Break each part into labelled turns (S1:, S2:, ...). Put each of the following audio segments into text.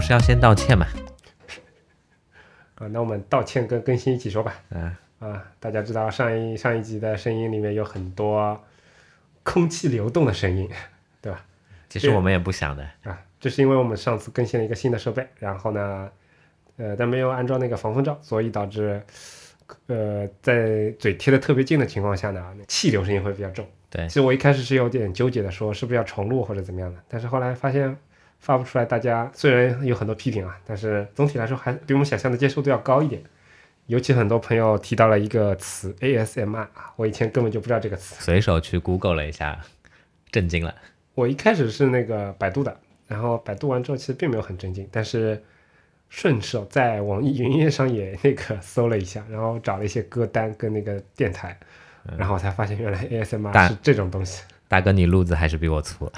S1: 是要先道歉嘛？
S2: 啊，那我们道歉跟更新一起说吧。
S1: 嗯
S2: 啊，大家知道上一上一集的声音里面有很多空气流动的声音，对吧？
S1: 其实我们也不想的，
S2: 啊，这是因为我们上次更新了一个新的设备，然后呢，呃，但没有安装那个防风罩，所以导致，呃，在嘴贴的特别近的情况下呢，气流声音会比较重。
S1: 对
S2: 其实我一开始是有点纠结的，说是不是要重录或者怎么样的，但是后来发现发不出来，大家虽然有很多批评啊，但是总体来说还比我们想象的接受度要高一点。尤其很多朋友提到了一个词 ASMR，啊我以前根本就不知道这个词。
S1: 随手去 Google 了一下，震惊了。
S2: 我一开始是那个百度的，然后百度完之后其实并没有很震惊，但是顺手在网易云音乐上也那个 搜了一下，然后找了一些歌单跟那个电台，然后我才发现原来 ASMR
S1: 但
S2: 是这种东西。
S1: 大哥，你路子还是比我粗。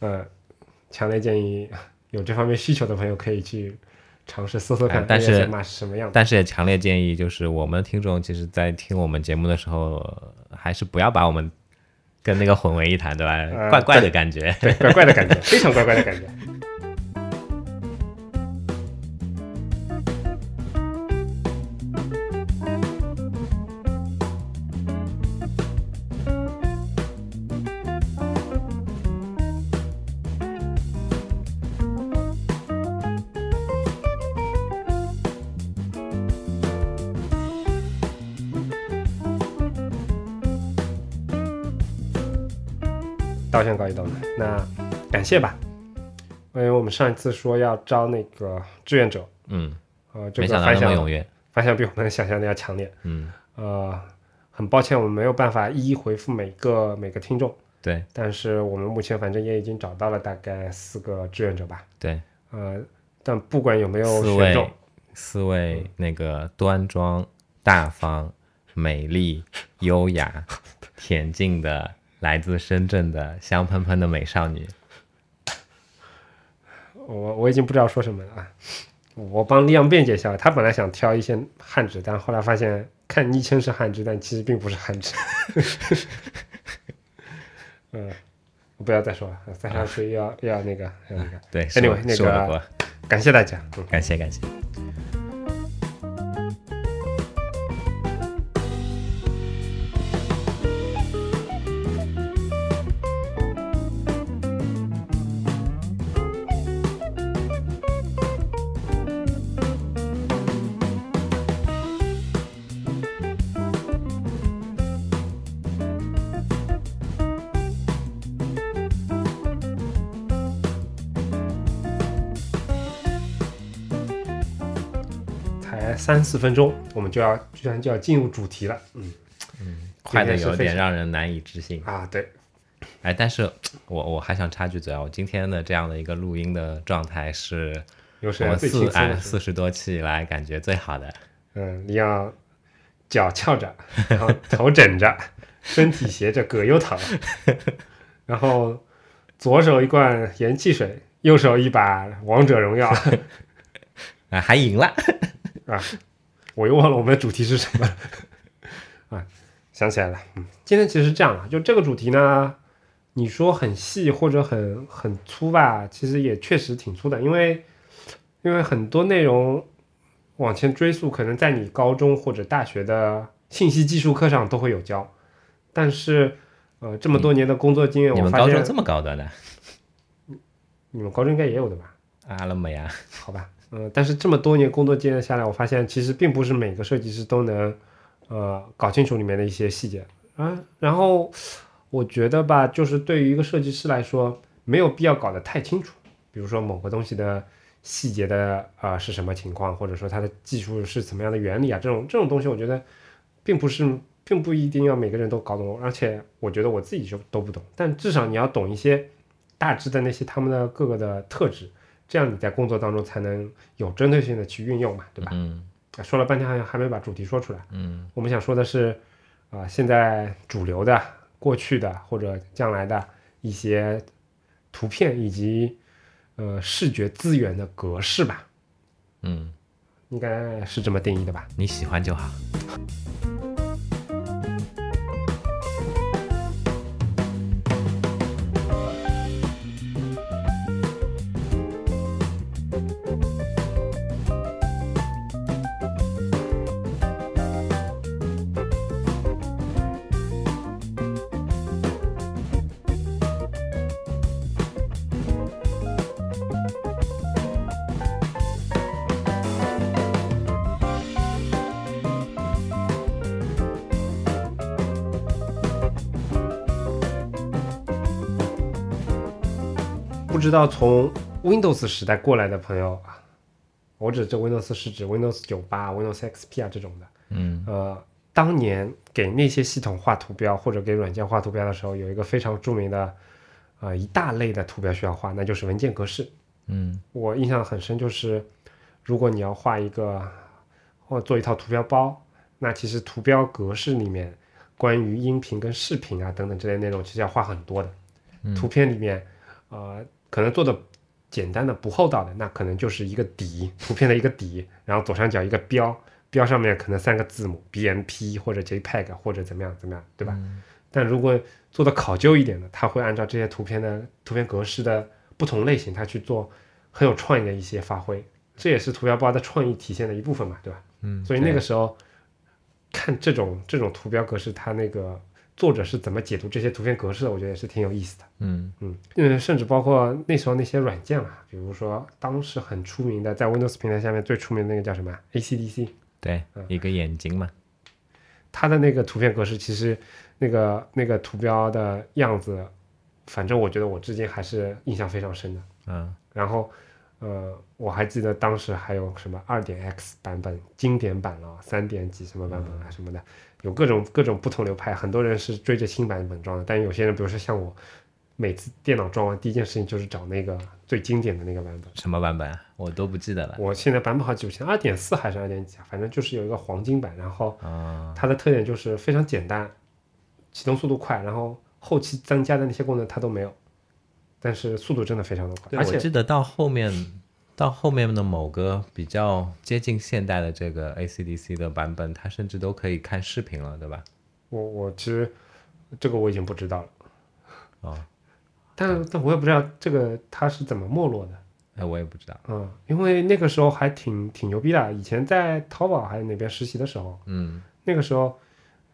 S2: 呃，强烈建议 有这方面需求的朋友可以去尝试搜搜看
S1: 哎但是
S2: ASMR 是什么样的。
S1: 但是也强烈建议，就是我们听众其实，在听我们节目的时候，呃还是不要把我们跟那个混为一谈， 对吧？
S2: 呃
S1: 怪怪的感觉。
S2: 对，怪怪的感觉，非常怪怪的感觉。到这告一段落。那感谢吧，因为我们上一次说要招那个志愿者，
S1: 嗯，
S2: 呃，这
S1: 没
S2: 个
S1: 想到
S2: 反
S1: 那么
S2: 响
S1: 踊跃。
S2: 反响比我们想象的要强烈。
S1: 嗯，
S2: 呃，很抱歉，我们没有办法一一回复每个每个听众，
S1: 对
S2: 但是我们目前反正也已经找到了大概四个志愿者吧。
S1: 对，
S2: 呃，但不管有没有
S1: 四
S2: 选中
S1: 位，四位那个端庄、大方、美丽、优雅、恬静的来自深圳的香喷喷的美少女。
S2: 我我已经不知道说什么了啊。我帮利昂辩解一下，他本来想挑一些汉字，但后来发现看昵称是汉字，但其实并不是汉字。 嗯，我不要再说了，再下去又要、又要那个又要那个。
S1: 对
S2: Anyway，那
S1: 是我的
S2: 个
S1: 锅，
S2: 感谢大家，嗯，
S1: 感谢感谢。
S2: 才三四分钟，我们就要居然就要进入主题了，嗯嗯，
S1: 快的有点让人难以置信。
S2: 啊，对，
S1: 哎，但是我我还想插句嘴啊，我今天的这样的一个录音的状态是
S2: 有
S1: 我
S2: 谁
S1: 们
S2: 最轻
S1: 四
S2: 松
S1: 哎
S2: 的？
S1: 四十多期以来感觉最好的。
S2: 嗯，你要脚翘着，然后头枕着，身体斜着，葛优躺，然后左手一罐盐汽水，右手一把王者荣耀
S1: 哎，还赢了，
S2: 啊！我又忘了我们的主题是什么了啊，想起来了，嗯，今天其实是这样的，就这个主题呢，你说很细或者很很粗吧，其实也确实挺粗的，因为因为很多内容往前追溯，可能在你高中或者大学的信息技术课上都会有教，但是呃，这么多年的工作经验，
S1: 嗯你
S2: 我
S1: 们
S2: 发
S1: 高中
S2: 现
S1: 这么高端的，
S2: 你们高中应该也有的吧？
S1: 阿拉美呀，
S2: 好吧，嗯、但是这么多年工作经验下来，我发现其实并不是每个设计师都能，呃，搞清楚里面的一些细节啊。然后我觉得吧，就是对于一个设计师来说，没有必要搞得太清楚，比如说某个东西的细节的啊、呃是什么情况，或者说它的技术是怎么样的原理啊，这种这种东西，我觉得并不是。并不一定要每个人都搞懂，而且我觉得我自己就都不懂，但至少你要懂一些大致的那些他们的各个的特质，这样你在工作当中才能有针对性的去运用嘛，对吧？啊
S1: 嗯
S2: 说了半天好像还没把主题说出来。
S1: 嗯，
S2: 我们想说的是，啊、现在主流的、过去的或者将来的一些图片以及呃视觉资源的格式吧，
S1: 嗯，
S2: 应该是这么定义的吧？
S1: 你喜欢就好。
S2: 知道从 Windows 时代过来的朋友啊，我指这 Windows 是指 Windows 九八、Windows XP 啊这种的，
S1: 嗯
S2: 呃，当年给那些系统画图标或者给软件画图标的时候，有一个非常著名的，呃，一大类的图标需要画，那就是文件格式。
S1: 嗯
S2: 我印象很深，就是如果你要画一个或做一套图标包，那其实图标格式里面关于音频跟视频啊等等之类内容，其实要画很多的。图片里面，呃，可能做的简单的不厚道的，那可能就是一个底，图片的一个底，然后左上角一个标，标上面可能三个字母 BMP 或者 JPEG 或者怎么样怎么样，对吧？但如果做的考究一点的，它会按照这些图片的图片格式的不同类型，它去做很有创意的一些发挥，这也是图标包的创意体现的一部分嘛，对吧？
S1: 嗯，
S2: 所以那
S1: 对
S2: 个时候看这种这种图标格式，它那个作者是怎么解读这些图片格式的，我觉得也是挺有意思的。
S1: 嗯
S2: 嗯，嗯，甚至包括那时候那些软件啊，比如说当时很出名的，在 Windows 平台下面最出名的那个叫什么啊 ACDC，
S1: 对一个眼睛嘛，
S2: 它的那个图片格式，其实那个那个图标的样子，反正我觉得我至今还是印象非常深的。
S1: 嗯
S2: 然后，呃，我还记得当时还有什么二点 X 版本、经典版了、三点几什么版本啊什么的，有各种各种不同流派。很多人是追着新版本装的，但有些人，比如说像我，每次电脑装完第一件事情就是找那个最经典的那个版本。
S1: 什么版本啊？我都不记得了
S2: 我现在版本好记不清，二点四还是二点几啊？反正就是有一个黄金版，然后
S1: 啊，
S2: 它的特点就是非常简单，启动速度快，然后后期增加的那些功能它都没有，但是速度真的非常的快，
S1: 对，
S2: 而
S1: 我
S2: 且
S1: 记得到后面。到后面的某个比较接近现代的这个 ACDC 的版本，它甚至都可以看视频了，对吧？
S2: 我我其实这个我已经不知道了，
S1: 哦，
S2: 但但我也没有不知道这个它是怎么没落的，
S1: 哎，我也不知道。
S2: 嗯，因为那个时候还挺挺牛逼的，以前在淘宝还是哪边实习的时候，
S1: 嗯
S2: 那个时候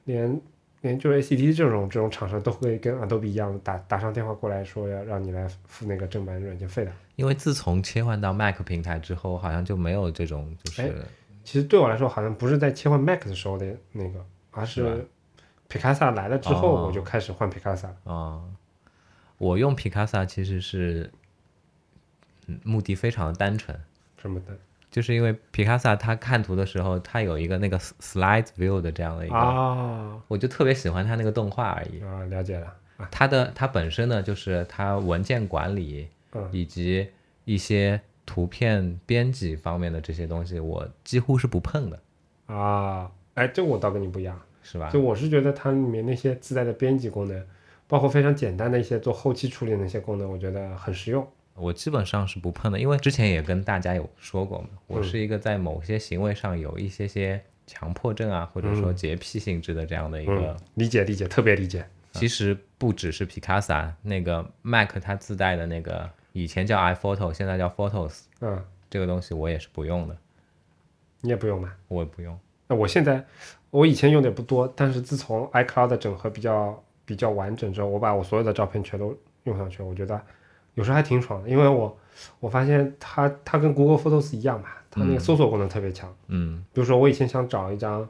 S2: 连连就是 ACD 这种这种厂商都会跟 Adobe 一样打打上电话过来说要让你来付那个正版软件费的。
S1: 因为自从切换到 Mac 平台之后，好像就没有这种就是
S2: 其实对我来说，好像不是在切换 Mac 的时候的那个，而是皮卡萨来了之后，
S1: 哦
S2: 我就开始换皮卡萨了。
S1: 啊、我用 Picasa 其实是嗯目的非常的单纯，
S2: 什么的
S1: 就是因为 Picasa 它看图的时候，它有一个那个 s- Slide View 的这样的一个，
S2: 啊
S1: 我就特别喜欢它那个动画而已。
S2: 啊，了解了。
S1: 它的它本身呢，就是它文件管理
S2: 嗯
S1: 以及一些图片编辑方面的这些东西，我几乎是不碰的，
S2: 啊，哎，这我倒跟你不一样，
S1: 是吧？
S2: 就我是觉得它里面那些自带的编辑功能，包括非常简单的一些做后期处理的那些功能，我觉得很实用。
S1: 我基本上是不碰的，因为之前也跟大家有说过嘛，
S2: 嗯
S1: 我是一个在某些行为上有一些些强迫症啊，或者说洁癖性质的这样的一个。
S2: 嗯，理解理解，特别理解。
S1: 其实不只是 Picasa，那个 Mac 它自带的那个以前叫 iPhoto，现在叫 Photos
S2: 嗯，
S1: 这个东西我也是不用的，
S2: 你也不用买。
S1: 我也不用。
S2: 那我现在我以前用的也不多，但是自从 iCloud 的整合比较比较完整之后，我把我所有的照片全都用上去了，我觉得有时候还挺爽的，因为我我发现它它跟 Google Photos 一样嘛，它那个搜索功能特别强。
S1: 嗯
S2: 比如说我以前想找一张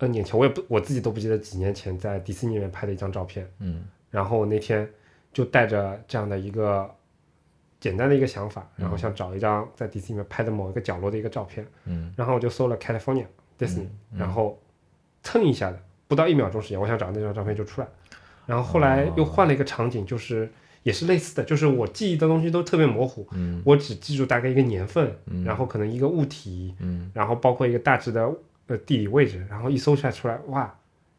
S2: N 年前，我也不我自己都不记得几年前在迪士尼里面拍的一张照片，
S1: 嗯
S2: 然后我那天就带着这样的一个。简单的一个想法，然后想找一张在迪士尼里面拍的某一个角落的一个照片，
S1: 嗯
S2: 然后我就搜了 California Disney，、然后蹭一下的，不到一秒钟时间，我想找那张照片就出来了。然后后来又换了一个场景，就是也是类似的，就是我记忆的东西都特别模糊，
S1: 嗯
S2: 我只记住大概一个年份，然后可能一个物体，
S1: 嗯
S2: 然后包括一个大致的呃地理位置，然后一搜下出来，哇，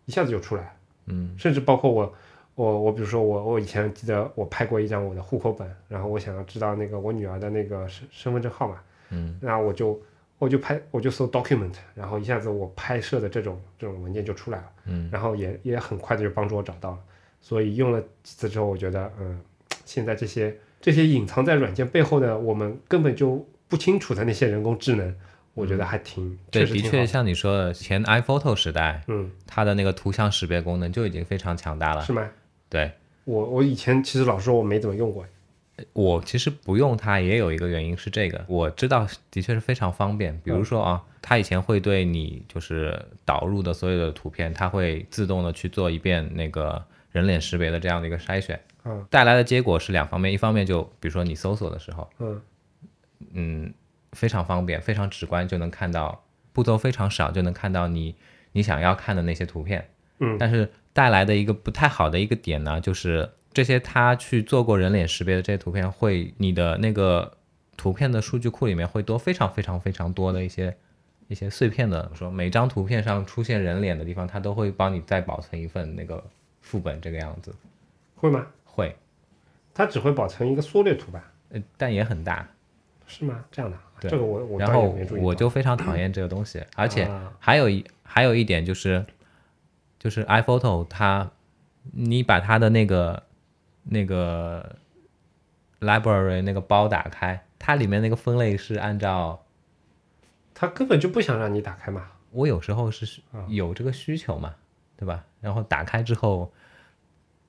S2: 一下子就出来了。
S1: 嗯
S2: 甚至包括我，我我比如说我我以前记得我拍过一张我的户口本，然后我想要知道那个我女儿的那个身身份证号码，
S1: 嗯，
S2: 那我就我就拍我就搜 document，然后一下子我拍摄的这种这种文件就出来了，
S1: 嗯，
S2: 然后也也很快的就帮助我找到了，所以用了几次之后，我觉得嗯，现在这些这些隐藏在软件背后的我们根本就不清楚的那些人工智能，我觉得还挺、
S1: 嗯对，
S2: 确实
S1: 的
S2: 挺好
S1: 确像你说的，前 iPhoto 时代，
S2: 嗯，
S1: 它的那个图像识别功能就已经非常强大了
S2: 是。吗？
S1: 对，
S2: 我我以前其实老实说我没怎么用过，
S1: 我其实不用它也有一个原因是这个，我知道的确是非常方
S2: 嗯
S1: 便。比如说啊，它以前会对你就是导入的所有的图片，它会自动的去做一遍那个人脸识别的这样的一个筛选，
S2: 嗯
S1: 带来的结果是两方面，一方面就比如说你搜索的时候，
S2: 嗯
S1: 嗯，非常方便，非常直观，就能看到步骤非常少，就能看到你你想要看的那些图片。
S2: 嗯
S1: 但是带来的一个不太好的一个点呢，就是这些他去做过人脸识别的这些图片，会你的那个图片的数据库里面会多非常非常非常多的一些一些碎片的，说每张图片上出现人脸的地方，它都会帮你再保存一份那个副本这个样子，
S2: 会吗？
S1: 会，
S2: 它只会保存一个缩略图吧？
S1: 呃，但也很大。
S2: 是吗？这样的啊，
S1: 对
S2: 这个我我
S1: 然
S2: 倒
S1: 后
S2: 也没注意到。
S1: 我就非常讨厌这个东 西，而且
S2: 啊
S1: 还有一还有一点就是，就是 iPhoto 它，你把它的那个那个 library 那个包打开，它里面那个分类是按照
S2: 它根本就不想让你打开嘛。
S1: 我有时候是
S2: 啊
S1: 有这个需求嘛，对吧？然后打开之后，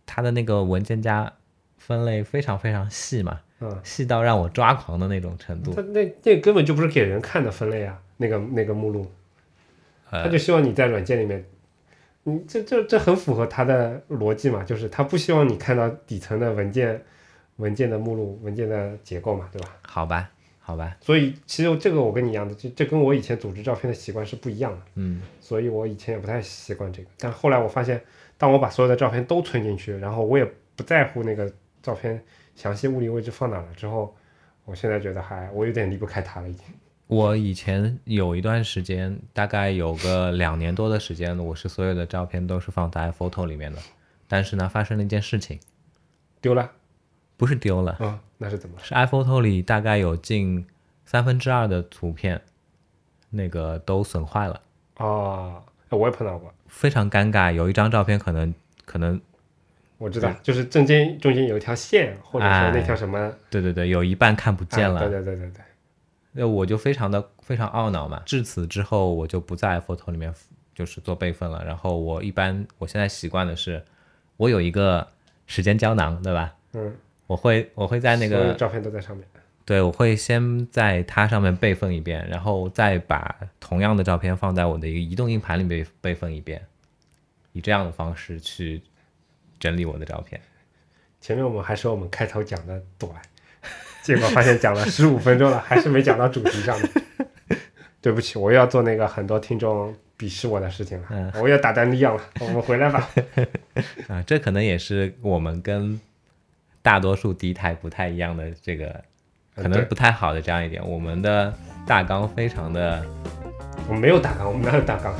S1: 它的那个文件夹分类非常非常细嘛，
S2: 嗯，
S1: 细到让我抓狂的那种程度
S2: 它。那那根本就不是给人看的分类啊，那个那个目录，
S1: 呃
S2: 他就希望你在软件里面，你这这这很符合他的逻辑嘛，就是他不希望你看到底层的文件、文件的目录、文件的结构嘛，对吧？
S1: 好吧，好吧，
S2: 所以其实这个我跟你一样的，这这跟我以前组织照片的习惯是不一样的，
S1: 嗯
S2: 所以我以前也不太习惯这个。但后来我发现，当我把所有的照片都存进去，然后我也不在乎那个照片详细物理位置放哪了之后，我现在觉得还我有点离不开它了已经。
S1: 我以前有一段时间，大概有个两年多的时间，我是所有的照片都是放在 iPhoto 里面的。但是呢，发生了一件事情，
S2: 丢了
S1: 不是丢了，
S2: 啊、那是怎么了？
S1: 是 iPhoto 里大概有近三分之二的图片，那个都损坏了，
S2: 哦，我也碰到过，
S1: 非常尴尬。有一张照片可能可能，
S2: 我知道，就是中间中间有一条线，或者说那条什么，
S1: 对对对，有一半看不见
S2: 哎
S1: 了，
S2: 对对对对对，
S1: 那我就非常的非常懊恼嘛。至此之后，我就不在 iPhoto 里面就是做备份了。然后我一般我现在习惯的是，我有一个时间胶囊，对吧？
S2: 嗯，
S1: 我会我会在那
S2: 所有
S1: 个
S2: 照片都在上面，
S1: 对，我会先在它上面备份一遍，然后再把同样的照片放在我的一个移动硬盘里备备份一遍，以这样的方式去整理我的照片。
S2: 前面我们还说我们开头讲的短， 结果发现讲了十五分钟了， 还是没讲到主题上面。 对不起，我又要做那个很多听众鄙视我的事情了，我又打单利样了。我们回来吧。
S1: 啊，这可能也是我们跟大多数敌台不太一样的这个，
S2: 嗯
S1: 可
S2: 对
S1: 能不太好的这样一点。我们的大纲非常的
S2: 我们没有大纲，我们哪有大纲？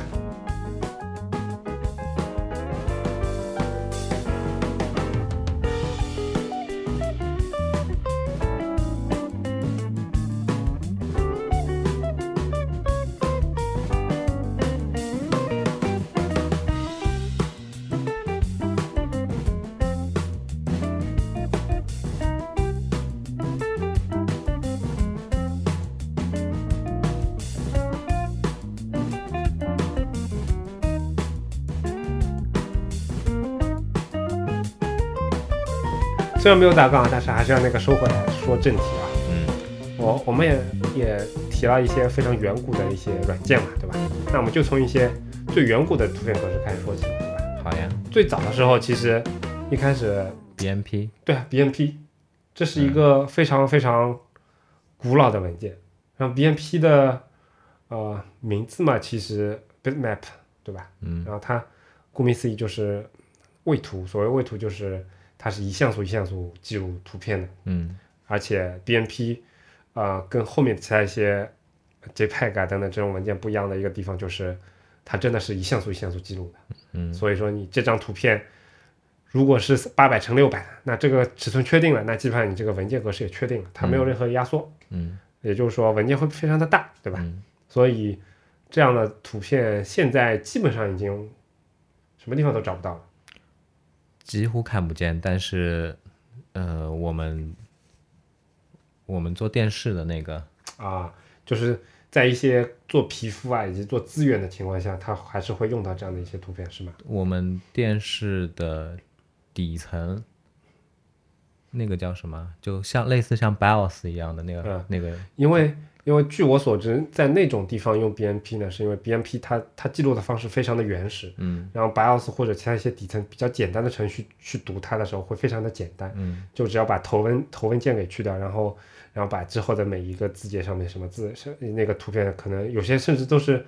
S2: 虽然没有大纲，但是还是要那个收回来说正题啊。
S1: 嗯，
S2: 我我们也也提了一些非常远古的一些软件嘛，对吧？那我们就从一些最远古的图片格式开始说起，对吧？
S1: 好呀
S2: 最早的时候，其实一开始
S1: ，BMP
S2: 对啊，BMP，这是一个非常非常古老的文件。然后 BMP 的呃名字嘛，其实 bitmap 对吧？
S1: 嗯，
S2: 然后它顾名思义就是位图，所谓位图就是它是一像素一像素记录图片的，
S1: 嗯
S2: 而且 BMP 啊、呃跟后面其他一些 JPEG 啊等等这种文件不一样的一个地方就是，它真的是一像素一像素记录的。
S1: 嗯
S2: 所以说你这张图片如果是八百乘六百，那这个尺寸确定了，那基本上你这个文件格式也确定了，它没有任何压缩，
S1: 嗯
S2: 也就是说文件会非常的大，对吧？
S1: 嗯
S2: 所以这样的图片现在基本上已经什么地方都找不到了。
S1: 几乎看不见，但是呃，我们我们做电视的那个，
S2: 啊，就是在一些做皮肤啊以及做资源的情况下，它还是会用到这样的一些图片，是吗？
S1: 我们电视的底层那个叫什么，就像类似像 BIOS 一样的那个、
S2: 嗯
S1: 那个，
S2: 因为因为据我所知，在那种地方用 BMP 呢，是因为 BMP 它它记录的方式非常的原始，
S1: 嗯，
S2: 然后 BIOS 或者其他一些底层比较简单的程序去读它的时候会非常的简单，
S1: 嗯，
S2: 就只要把头文头文件给去掉，然后然后把之后的每一个字节上面什么字是那个图片，可能有些甚至都是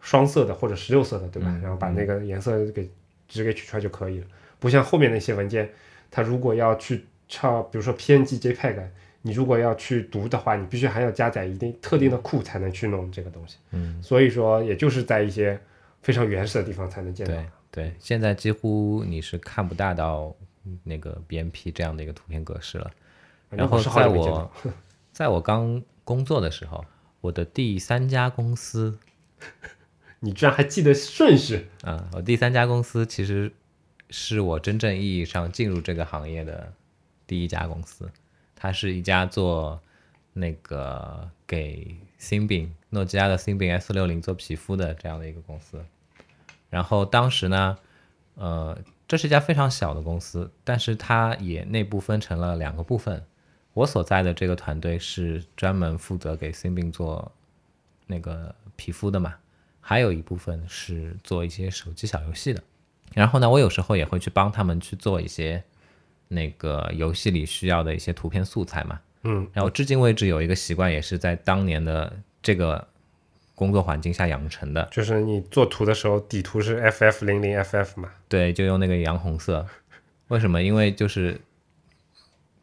S2: 双色的或者十六色的，对吧？
S1: 嗯
S2: 然后把那个颜色给只给取出来就可以了，不像后面那些文件，它如果要去抄，比如说 PNG、JPEG。你如果要去读的话，你必须还要加载一定特定的库才能去弄这个东西。
S1: 嗯，
S2: 所以说也就是在一些非常原始的地方才能见到。
S1: 对对，现在几乎你是看不大到那个 BMP 这样的一个图片格式
S2: 啊
S1: 了。
S2: 反正
S1: 然后
S2: 是好
S1: 在
S2: 久没见到
S1: 我 在我刚工作的时候，我的第三家公司
S2: 你居然还记得顺序，
S1: 啊、我第三家公司其实是我真正意义上进入这个行业的第一家公司，它是一家做那个给 Symbian 诺基亚的 Symbian S 六零做皮肤的这样的一个公司。然后当时呢，呃，这是一家非常小的公司，但是它也内部分成了两个部分。我所在的这个团队是专门负责给 Symbian 做那个皮肤的嘛，还有一部分是做一些手机小游戏的。然后呢，我有时候也会去帮他们去做一些那个游戏里需要的一些图片素材嘛。
S2: 嗯，
S1: 然后至今为止有一个习惯，也是在当年的这个工作环境下养成的，
S2: 就是你做图的时候底图是 FF 零零 FF 嘛？
S1: 对，就用那个洋红色。为什么？因为就是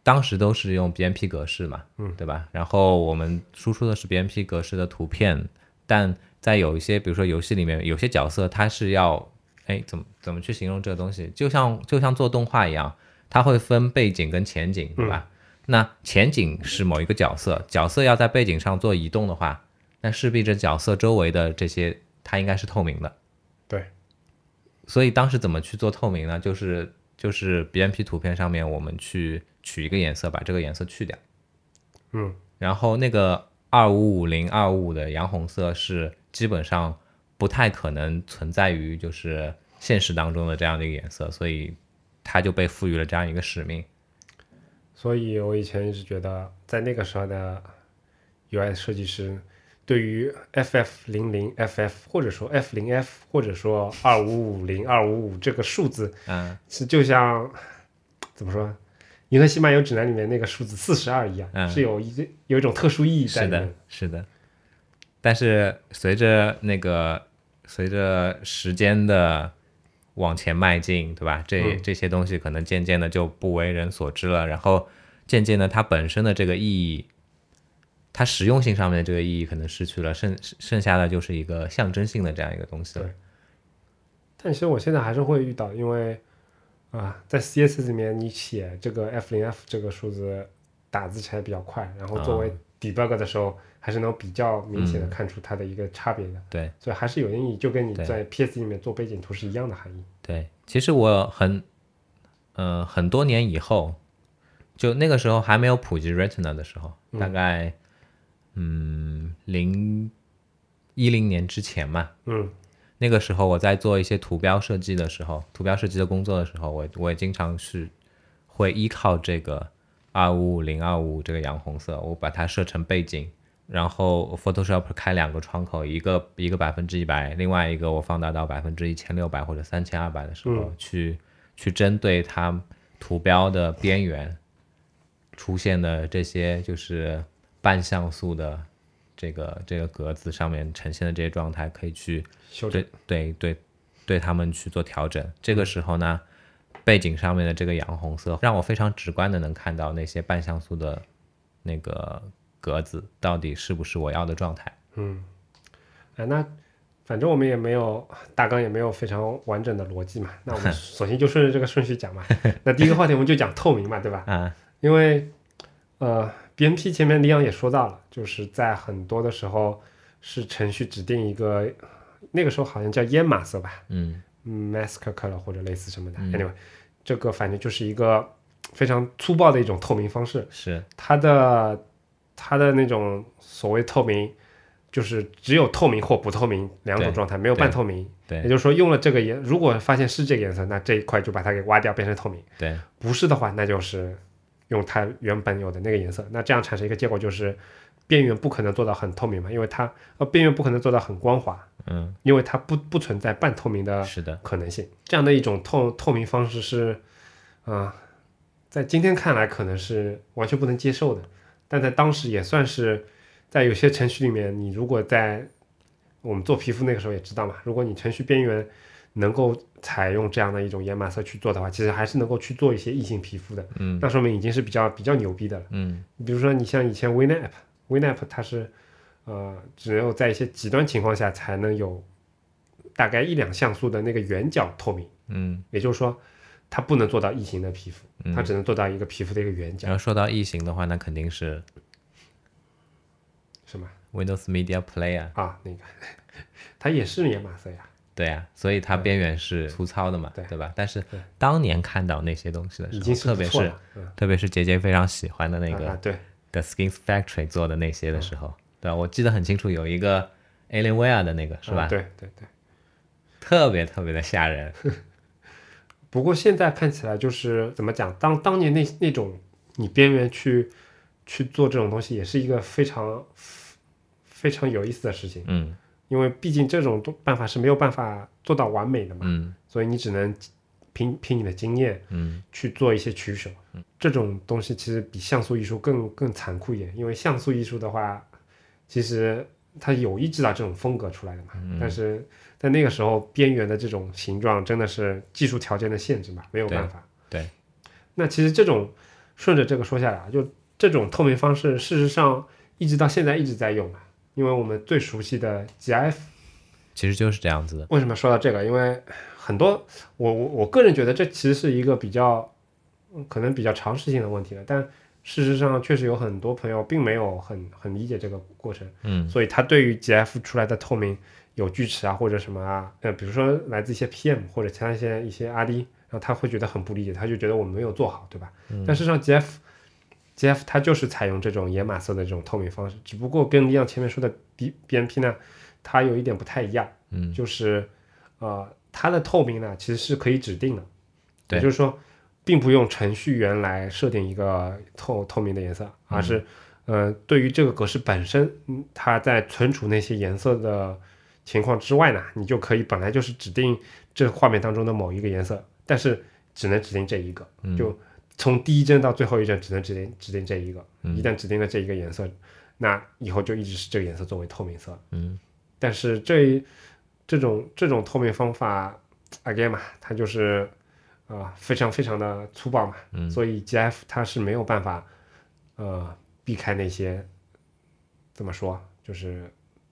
S1: 当时都是用 BMP 格式嘛，嗯，对吧？然后我们输出的是 BMP 格式的图片，但在有一些，比如说游戏里面，有些角色它是要，哎，怎么怎么去形容这个东西？就像就像做动画一样，它会分背景跟前景，对吧？那前景是某一个角色，角色要在背景上做移动的话，那势必这角色周围的这些它应该是透明的。
S2: 对，
S1: 所以当时怎么去做透明呢？就是就是 BMP 图片上面我们去取一个颜色，把这个颜色去掉，
S2: 嗯，
S1: 然后那个二五五零二五的洋红色是基本上不太可能存在于就是现实当中的这样的一个颜色，所以它就被赋予了这样一个使命。
S2: 所以我以前一直觉得，在那个时候的 UI 设计师对于 FF 零零 FF 或者说 F 零 F 或者说二五五零二五五这个数字
S1: 嗯
S2: 是就像怎么说，《银河系漫游指南》里面那个数字四十二一样，
S1: 嗯
S2: 是有一有一种特殊意义在
S1: 是
S2: 里面
S1: 的，是的。但是随着那个随着时间的往前迈进，对吧？这这些东西可能渐渐的就不为人所知了。然后渐渐的，它本身的这个意义，它实用性上面的这个意义可能失去了，剩剩下的就是一个象征性的这样一个东西了
S2: 对。但其实我现在还是会遇到，因为啊，在 CSS 里面你写这个 F 零 F 这个数字打字起来比较快，然后作为 debug 的时候，还是能比较明显的看出它的一个差别的，
S1: 对，
S2: 所以还是有意义，就跟你
S1: 对
S2: 在 PS 里面做背景图是一样的含义。
S1: 对，其实我很，呃，很多年以后，就那个时候还没有普及 Retina 的时候，大概嗯零一零年之前嘛，
S2: 嗯，
S1: 那个时候我在做一些图标设计的时候，图标设计的工作的时候，我我也经常是会依靠这个二五五零二五这个洋红色，我把它设成背景，然后 Photoshop 开两个窗口，一个一个百分之一百，另外一个我放大到百分之一千六百或者三千二百的时候，去去针对它图标的边缘出现的这些就是半像素的这个这个格子上面呈现的这些状态，可以去。
S2: 修正
S1: 对对对，对他们去做调整。这个时候呢，背景上面的这个洋红色，让我非常直观的能看到那些半像素的那个格子到底是不是我要的状态。
S2: 哎，那反正我们也没有大纲，也没有非常完整的逻辑嘛，那我们索性就顺着这个顺序讲嘛。那第一个话题我们就讲透明嘛，对吧？
S1: 啊，
S2: 因为呃，BMP 前面李阳也说到了，就是在很多的时候是程序指定一个，那个时候好像叫烟码色吧
S1: 嗯
S2: 嗯，mask color 或者类似什么的。anyway，这个反正就是一个非常粗暴的一种透明方式，
S1: 是，
S2: 它的它的那种所谓透明。就是只有透明或不透明两种
S1: 对
S2: 状态，没有
S1: 对
S2: 半透明。也
S1: 对
S2: 就是说，用了这个颜，如果发现是这个颜色，那这一块就把它给挖掉，变成透明。
S1: 对
S2: 不是的话，那就是用它原本有的那个颜色。那这样产生一个结果就是边缘不可能做到很透明嘛，因为它呃边缘不可能做到很光滑，
S1: 嗯，
S2: 因为它不不存在半透明的
S1: 是的，
S2: 可能性。这样的一种透透明方式是，啊、在今天看来可能是完全不能接受的，但在当时也算是在有些程序里面，你如果在我们做皮肤那个时候也知道嘛，如果你程序边缘能够采用这样的一种掩码色去做的话，其实还是能够去做一些异性皮肤的，
S1: 嗯
S2: 那说明已经是比较比较牛逼的了。
S1: 嗯
S2: 比如说你像以前 WinApp，WinApp 它是呃只有在一些极端情况下才能有大概一两像素的那个圆角透明，
S1: 嗯。
S2: 也就是说它不能做到异形的皮肤，
S1: 嗯
S2: 它只能做到一个皮肤的一个圆角，
S1: 然后说到异形的话，那肯定是
S2: 是吗？
S1: Windows Media Player，
S2: 啊，那个它也是亚马色呀，
S1: 对啊，所以它边缘是粗糙的嘛，
S2: 对
S1: 吧？但是
S2: 对
S1: 当年看到那些东西的时
S2: 已
S1: 候，
S2: 经是
S1: 特
S2: 不
S1: 别
S2: 错
S1: 是
S2: 了。嗯
S1: 特别是杰杰非常喜欢的那个、
S2: 啊啊对
S1: The Skins Factory 做的那些
S2: 嗯
S1: 的时候，对吧？我记得很清楚，有一个 Alienware 的那个是吧？
S2: 啊对对对。
S1: 特别特别的吓 人。
S2: 不过现在看起来就是怎么讲，当当年那那种你边缘去去做这种东西，也是一个非常非常有意思的事情。
S1: 嗯
S2: 因为毕竟这种都办法是没有办法做到完美的嘛，
S1: 嗯
S2: 所以你只能凭凭你的经验
S1: 嗯
S2: 去做一些取舍。这种东西其实比像素艺术更更残酷一点，因为像素艺术的话，其实它有意制造这种风格出来的嘛，
S1: 嗯
S2: 但是在那个时候，边缘的这种形状真的是技术条件的限制嘛，没有办法。
S1: 对，
S2: 那其实这种顺着这个说下来啊，就这种透明方式，事实上一直到现在一直在用啊，因为我们最熟悉的 GIF
S1: 其实就是这样子的。
S2: 为什么说到这个？因为很多我我我个人觉得这其实是一个比较嗯可能比较常识性的问题了，但事实上确实有很多朋友并没有很很理解这个过程，
S1: 嗯
S2: 所以他对于 GF 出来的透明有锯齿啊或者什么啊，呃，比如说来自一些 PM 或者其他一些一些 RD，然后他会觉得很不理解，他就觉得我们没有做好，对吧？
S1: 嗯
S2: 但事实上 GF GF 它就是采用这种野马色的这种透明方式，只不过跟李阳前面说的 B BNP 呢，它有一点不太一样，
S1: 嗯
S2: 就是呃，它的透明呢其实是可以指定的，
S1: 对
S2: 也就是说，并不用程序员来设定一个透透明的颜色，而是、呃，对于这个格式本身，嗯它在存储那些颜色的情况之外呢，你就可以本来就是指定这画面当中的某一个颜色，但是只能指定这一个，就从第一帧到最后一帧只能指定指定这一个，
S1: 嗯
S2: 一旦指定了这一个颜色，那以后就一直是这个颜色作为透明色。
S1: 嗯，
S2: 但是这这种这种透明方法，again 嘛，它就是啊、呃非常非常的粗暴嘛，
S1: 嗯
S2: 所以 GF 它是没有办法呃避开那些怎么说就是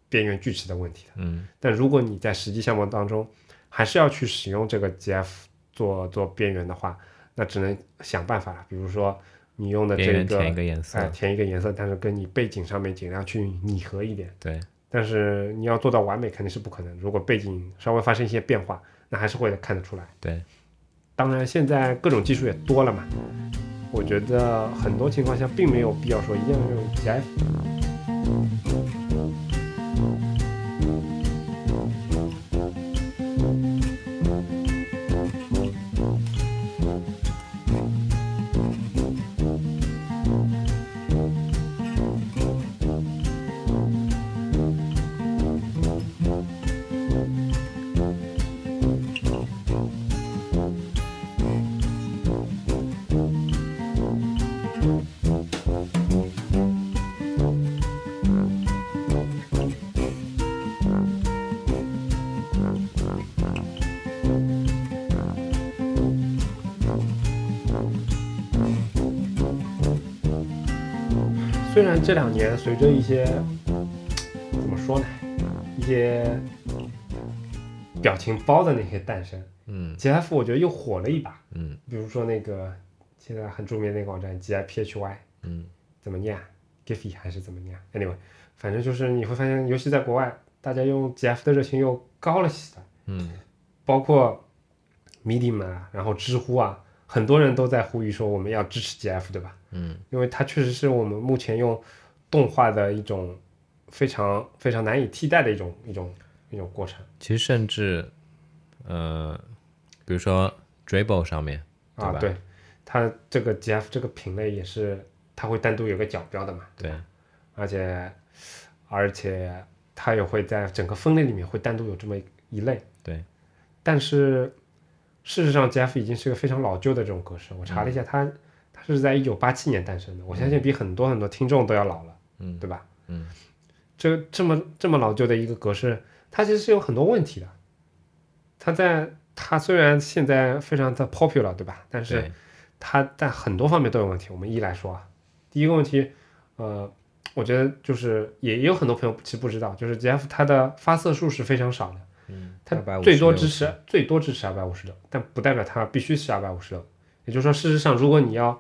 S2: 边缘锯齿的问题的。
S1: 嗯
S2: 但如果你在实际项目当中还是要去使用这个 GF 做做边缘的话，那只能想办法了。比如说你用的
S1: 边
S2: 这
S1: 缘填一个颜色
S2: 哎填一个颜色，但是跟你背景上面尽量去拟合一点。
S1: 对，
S2: 但是你要做到完美肯定是不可能，如果背景稍微发生一些变化，那还是会看得出来。
S1: 对，
S2: 当然，现在各种技术也多了嘛，我觉得很多情况下并没有必要说一定要用 GIF。虽然这两年随着一些怎么说呢，一些表情包的那些诞生
S1: 嗯
S2: ，GIF 我觉得又火了一把。
S1: 嗯
S2: 比如说那个现在很著名的那个网站 GIPHY
S1: 嗯
S2: 怎么念啊？Giphy 还是怎么念啊？Anyway，反正就是你会发现，尤其在国外，大家用 GIF 的热情又高了起来，
S1: 嗯，
S2: 包括 Medium 啊，然后知乎啊，很多人都在呼吁说我们要支持 GIF，对吧？
S1: 嗯，
S2: 因为它确实是我们目前用动画的一种非常非常难以替代的一种一种一种过程
S1: 其实甚至，呃，比如说 Dribble 上面，对
S2: 啊
S1: 吧，
S2: 对，它这个 GIF 这个品类也是它会单独有个角标的嘛，
S1: 对，
S2: 而且而且它也会在整个分类里面会单独有这么一类。
S1: 对，
S2: 但是事实上，GF 已经是个非常老旧的这种格式。我查了一下，
S1: 嗯
S2: 它它是在一九八七年诞生的，我相信比很多很多听众都要老了，
S1: 嗯
S2: 对吧？
S1: 嗯，
S2: 这这么这么老旧的一个格式，它其实是有很多问题的。它在它虽然现在非常的 popular，对吧？但是
S1: 对，
S2: 它在很多方面都有问题。我们一来说啊，第一个问题，呃，我觉得就是也也有很多朋友其实不知道，就是 GF 它的发色数是非常少的，
S1: 嗯，
S2: 它
S1: 256
S2: 最多支持最多支持二百五十六，但不代表它必须是二百五十六。也就是说，事实上，如果你要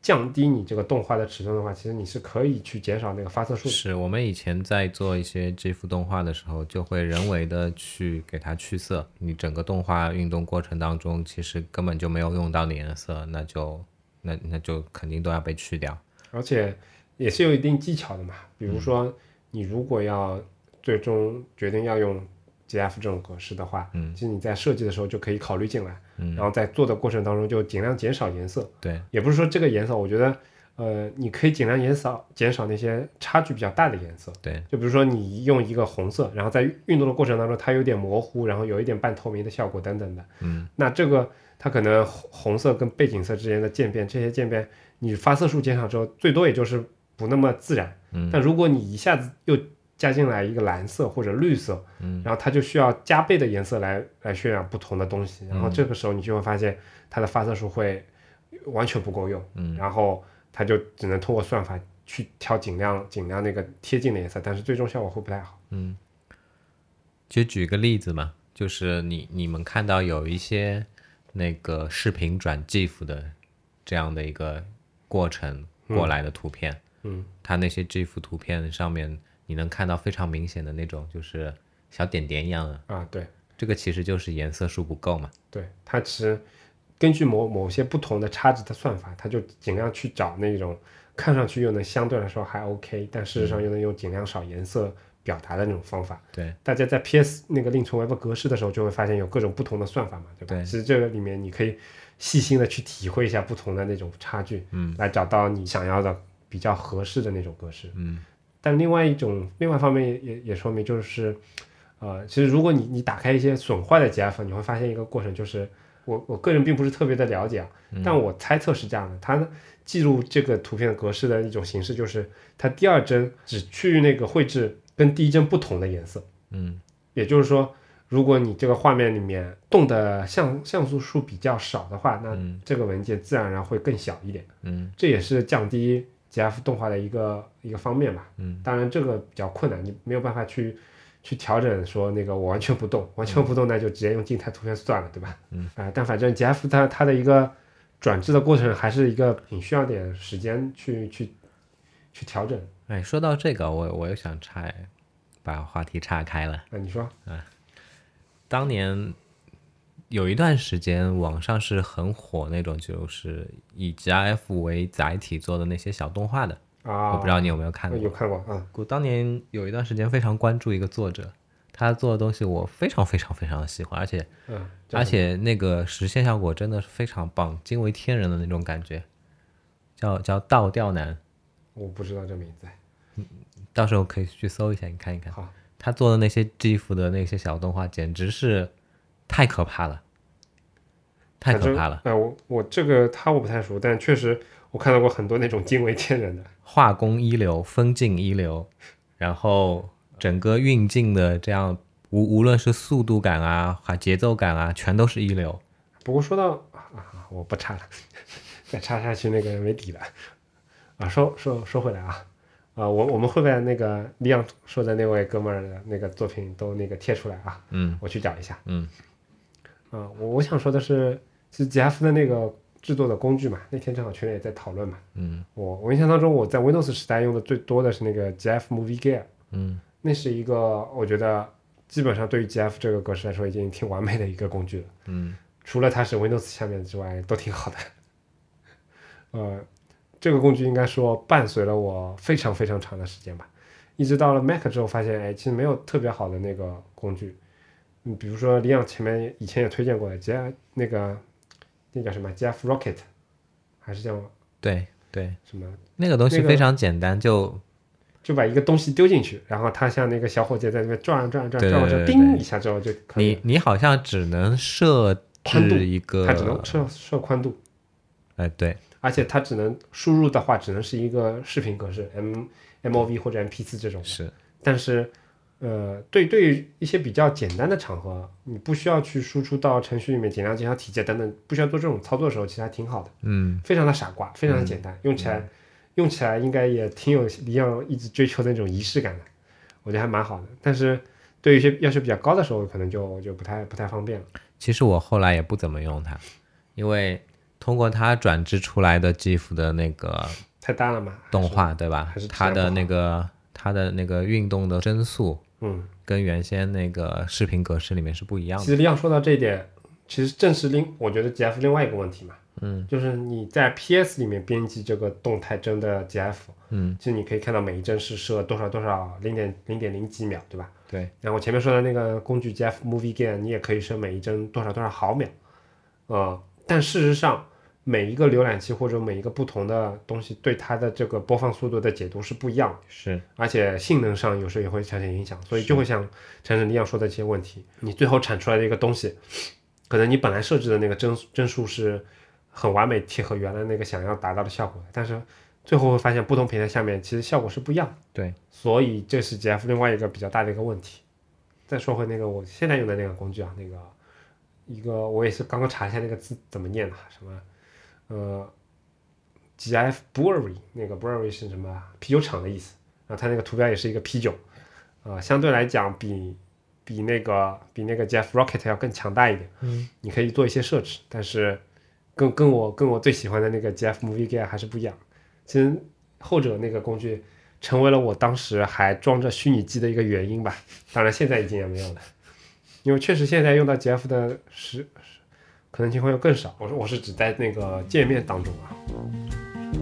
S2: 降低你这个动画的尺寸的话，其实你是可以去减少那个发色数的。
S1: 是我们以前在做一些这幅动画的时候，就会人为的去给它去色。你整个动画运动过程当中，其实根本就没有用到你颜色，那就那那就肯定都要被去掉。
S2: 而且也是有一定技巧的嘛。比
S1: 嗯
S2: 如说，你如果要最终决定要用 GF 这种格式的话，
S1: 嗯
S2: 其实你在设计的时候就可以考虑进来，
S1: 嗯
S2: 然后在做的过程当中就尽量减少颜色，
S1: 对，
S2: 也不是说这个颜色，我觉得。呃，你可以尽量减少减少那些差距比较大的颜色，
S1: 对，
S2: 就比如说你用一个红色，然后在运动的过程当中，它有点模糊，然后有一点半透明的效果等等的。
S1: 嗯，
S2: 那这个它可能红红色跟背景色之间的渐变，这些渐变你发色数减少之后，最多也就是不那么自然。
S1: 嗯
S2: 但如果你一下子又加进来一个蓝色或者绿色，
S1: 嗯，
S2: 然后它就需要加倍的颜色来来渲染不同的东西，
S1: 嗯
S2: 然后这个时候你就会发现它的发色数会完全不够用，
S1: 嗯
S2: 然后它就只能通过算法去挑尽量尽量那个贴近的颜色，但是最终效果会不太好。
S1: 嗯，就举个例子嘛，就是你你们看到有一些那个视频转 GIF 的这样的一个过程过来的图片，
S2: 嗯，
S1: 它那些 GIF 图片上面你能看到非常明显的那种就是小点点一样的，
S2: 啊，对
S1: 这个其实就是颜色数不够嘛。
S2: 对，它其实根据某某些不同的差值的算法，它就尽量去找那种看上去又能相对来说还 OK，但事实上又能用尽量少颜色表达的那种方法。
S1: 对，
S2: 大家在 PS 那个另存 Web 格式的时候，就会发现有各种不同的算法嘛，对吧？
S1: 对
S2: 其实这个里面你可以细心的去体会一下不同的那种差距，
S1: 嗯，
S2: 来找到你想要的比较合适的那种格式。
S1: 嗯，
S2: 但另外一种，另外一方面也也也说明就是，呃，其实如果你你打开一些损坏的 GF，你会发现一个过程，就是我我个人并不是特别的了解啊，
S1: 嗯
S2: 但我猜测是这样的，它记录这个图片格式的一种形式就是，它第二帧只去那个绘制跟第一帧不同的颜色。
S1: 嗯
S2: 也就是说，如果你这个画面里面动的像像素数比较少的话，那
S1: 嗯
S2: 这个文件自然而然会更小一点。
S1: 嗯
S2: 这也是降低 GF 动画的一个一个方面吧。
S1: 嗯，
S2: 当然这个比较困难，你没有办法去去调整说那个我完全不动，完全不动那就直接用静态图片算了，对吧？
S1: 嗯，
S2: 啊、但反正 GF 它它的一个转制的过程还是一个挺需要点时间去去去调整。
S1: 哎，说到这个，我我又想岔，把话题岔开了。
S2: 啊那你说，
S1: 当年有一段时间，网上是很火那种，就是以 GIF 为载体做的那些小动画的，
S2: 啊，
S1: 我不知道你有没有看
S2: 有
S1: 过。
S2: 看过啊，
S1: 我当年有一段时间非常关注一个作者，他做的东西我非常非常非常的喜欢，而且
S2: 嗯，
S1: 而且那个实现效果真的是非常棒，惊为天人的那种感觉。叫叫倒吊男，
S2: 我不知道这名字。
S1: 到时候可以去搜一下，你看一看。
S2: 好，
S1: 他做的那些 GIF 的那些小动画，简直是太可怕了，太可怕了！
S2: 反正哎、我我这个他我不太熟，但确实我看到过很多那种惊为天人的。
S1: 画工一流，分镜一流，然后整个运镜的这样，无无论是速度感啊，还节奏感啊，全都是一流。
S2: 不过说到啊啊，我不插了，再插下去那个没底了。啊，说说说回来啊，啊，我我们会把那个李阳说的那位哥们儿的那个作品都那个贴出来啊，
S1: 嗯
S2: 我去找一下。
S1: 嗯
S2: 啊，我我想说的是，是 GF 的那个制作的工具嘛，那天正好群里也在讨论嘛。
S1: 嗯
S2: 我我印象当中，我在 Windows 时代用的最多的是那个 GF Movie Gear，
S1: 嗯
S2: 那是一个我觉得基本上对于 GF 这个格式来说已经挺完美的一个工具了，
S1: 嗯
S2: 除了它是 Windows 下面之外，都挺好的。呃，这个工具应该说伴随了我非常非常长的时间吧，一直到了 Mac 之后，发现哎，其实没有特别好的那个工具。嗯，比如说李阳前面也以前也推荐过的 GF 那个那叫什么 GF Rocket，还是叫
S1: 对对，
S2: 什么？
S1: 那个东西
S2: 那个
S1: 非常简单，就
S2: 就把一个东西丢进去，然后它像那个小火箭在那边转啊转啊转啊
S1: 对
S2: 转啊，
S1: 对
S2: 转，
S1: 对对
S2: 叮
S1: 对
S2: 一下之后就可以
S1: 你
S2: 了。
S1: 你好像只能设
S2: 宽度
S1: 置一个，
S2: 它只能设设宽度，
S1: 哎对，
S2: 而且它只能输入的话，只能是一个视频格式 M MOV 或者 MP 四这种。
S1: 是
S2: 但是，呃，对对于一些比较简单的场合，你不需要去输出到程序里面减量、减少体积等等，不需要做这种操作的时候，其实还挺好的，
S1: 嗯
S2: 非常的傻瓜，非常的简单，用起来用起来应该也挺有李阳一直追求的那种仪式感的，我觉得还蛮好的。但是对于一些要求比较高的时候，可能就就不太不太方便了。
S1: 其实我后来也不怎么用它，因为通过它转制出来的 GIF 的那个
S2: 太大了嘛，还是
S1: 动，画，对吧
S2: 还是？质
S1: 它
S2: 量不
S1: 的
S2: 好
S1: 那个它的那个运动的帧数
S2: 嗯，
S1: 跟原先那个视频格式里面是不一样
S2: 其
S1: 的。
S2: 实李阳说到这一点，其实正是另我觉得 GF 另外一个问题嘛，嗯，就是你在 PS 里面编辑这个动态帧的 GF，
S1: 嗯，
S2: 就你可以看到每一帧是设多少多少零点零点零几秒，对吧？
S1: 对，
S2: 然后前面说的那个工具 GF Movie Gain，你也可以设每一帧多少多少毫秒，呃，但事实上每一个浏览器或者每一个不同的东西对它的这个播放速度的解读是不一样的，
S1: 是
S2: 而且性能上有时候也会产生影响，所以就会像产生你要说的这些问题，你最后产出来的一个东西，可能你本来设置的那个帧数帧数是很完美贴合原来那个想要达到的效果的，但是最后会发现不同平台下面其实效果是不一样的，
S1: 对，
S2: 所以这是 GF 另外一个比较大的一个问题。再说回那个我现在用的那个工具啊，那个一个我也是刚刚查一下那个字怎么念的，什么呃 GF Brewery 那个 Brewery 是什么啊啤酒厂的意思，然后它那个图标也是一个啤酒，呃，相对来讲比比那个比那个 GF Rocket 要更强大一点，嗯，你可以做一些设置，但是跟跟我跟我最喜欢的那个 GF Movie Gear 还是不一样，其实后者那个工具。成为了我当时还装着虚拟机的一个原因吧。当然，现在已经也没有了，因为确实现在用到 GF 的时可能情况要更少。我说我是指在那个界面当中啊。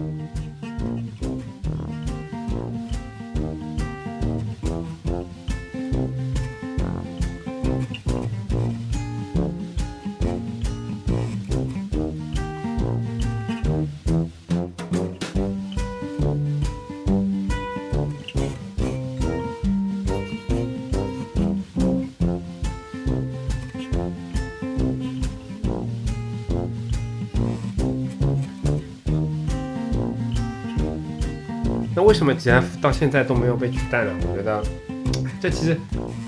S2: 那为什么 GF 到现在都没有被取代呢？我觉得哎这其实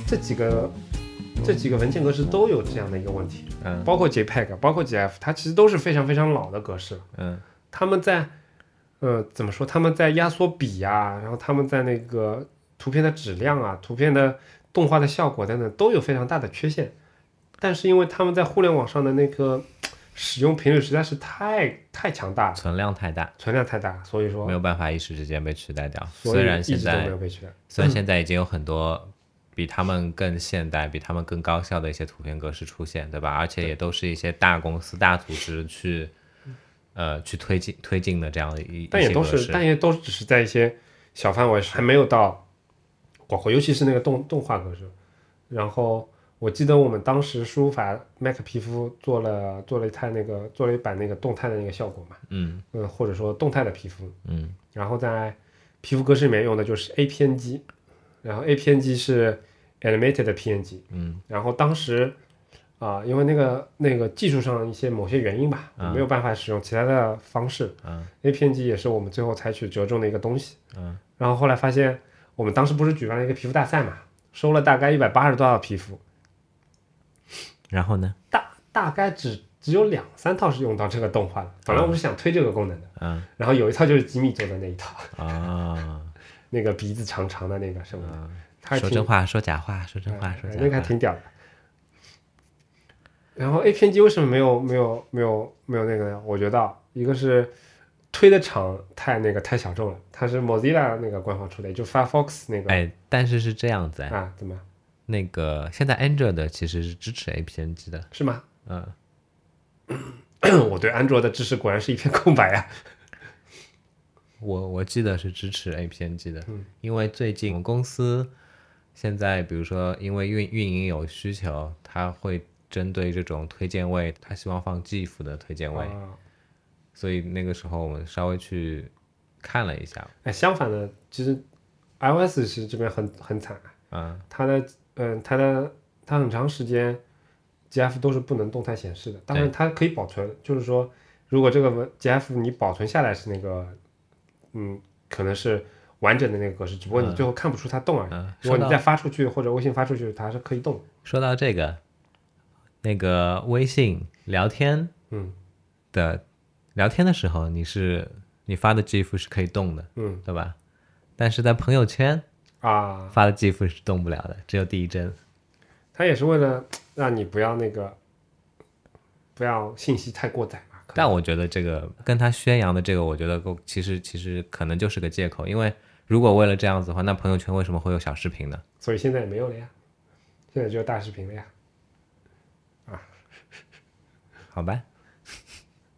S2: 这几个这几个文件格式都有这样的一个问题，
S1: 嗯
S2: 包括 JPEG，包括啊 GF，它其实都是非常非常老的格式了。
S1: 嗯
S2: 他们在，呃，怎么说？他们在压缩比啊，然后他们在那个图片的质量啊、图片的动画的效果等等，都有非常大的缺陷。但是因为他们在互联网上的那个使用频率实在是太太强大了，
S1: 存量太大，
S2: 存量太大，所以说
S1: 没有办法一时之间被取代掉。
S2: 所
S1: 虽
S2: 以
S1: 然
S2: 一
S1: 现
S2: 直都没
S1: 在
S2: 有被取代。
S1: 虽然现在已经有很多比他们更现代、比他们更高效的一些图片格式出现，对吧？而且也都是一些大公司、大组织去呃去推进推进的这样的一
S2: 但也
S1: 一些
S2: 都
S1: 格
S2: 是，
S1: 式
S2: 但也都只是在一些小范围，还没有到广阔，尤其是那个动动画格式。然后我记得我们当时书法 Mac 皮肤做了做了一台那个做了一版那个动态的那个效果嘛，
S1: 嗯
S2: 嗯，或者说动态的皮肤，
S1: 嗯
S2: 然后在皮肤格式里面用的就是 APNG，然后 APNG 是 animated 的 PNG，
S1: 嗯，
S2: 然后当时啊、因为那个那个技术上一些某些原因吧，
S1: 嗯
S2: 没有办法使用其他的方式，
S1: 嗯
S2: APNG 也是我们最后采取折中的一个东西。
S1: 嗯，
S2: 然后后来发现，我们当时不是举办了一个皮肤大赛嘛，收了大概一百八十多套皮肤，
S1: 然后呢？
S2: 大大概只只有两三套是用到这个动画的。本来我们是想推这个功能的，
S1: 嗯
S2: 然后有一套就是吉米做的那一套，
S1: 啊，
S2: 那个鼻子长长的那个什么的，
S1: 嗯
S2: 它还
S1: 说
S2: 挺
S1: 真话，说假话，说真话，
S2: 哎
S1: 说
S2: 那个还
S1: 假话。
S2: 挺屌的。然后 A 片机为什么没有没有没有没有那个呢？我觉得啊一个是推的场太那个太小众了，它是 Mozilla 那个官方出的，也就 Firefox 那个、
S1: 哎，但是是这样子哎，
S2: 啊，怎么
S1: 那个现在 Android 其实是支持 APNG 的，
S2: 是吗？
S1: 嗯，
S2: 我对安卓的知识果然是一片空白啊。
S1: 我我记得是支持 APNG 的，
S2: 嗯
S1: 因为最近我们公司现在比如说因为运运营有需求，它会针对这种推荐位，它希望放 GIF 的推荐位，
S2: 啊
S1: 所以那个时候我们稍微去看了一下，
S2: 哎，相反的，其实 iOS 是这边很很惨，
S1: 啊，
S2: 它的嗯它的它很长时间 GF 都是不能动态显示的，当然它可以保存，就是说如果这个文 GF 你保存下来是那个嗯可能是完整的那个格式，只不过你
S1: 嗯
S2: 最后看不出它动而已。
S1: 嗯，说
S2: 如果你
S1: 到
S2: 再发出去或者微信发出去，它是可以动的。
S1: 说到这个，那个微信聊天
S2: 嗯
S1: 的聊天的时候，你是你发的 GIF 是可以动的，
S2: 嗯
S1: 对吧？但是在朋友圈
S2: 啊，
S1: 发的 GIF 是动不了的，只有第一帧。
S2: 它也是为了让你不要那个不要信息太过载嘛。可能
S1: 但我觉得这个跟他宣扬的这个，我觉得够其实其实可能就是个借口，因为如果为了这样子的话，那朋友圈为什么会有小视频呢？
S2: 所以现在也没有了呀，现在只有大视频了呀。
S1: 好吧，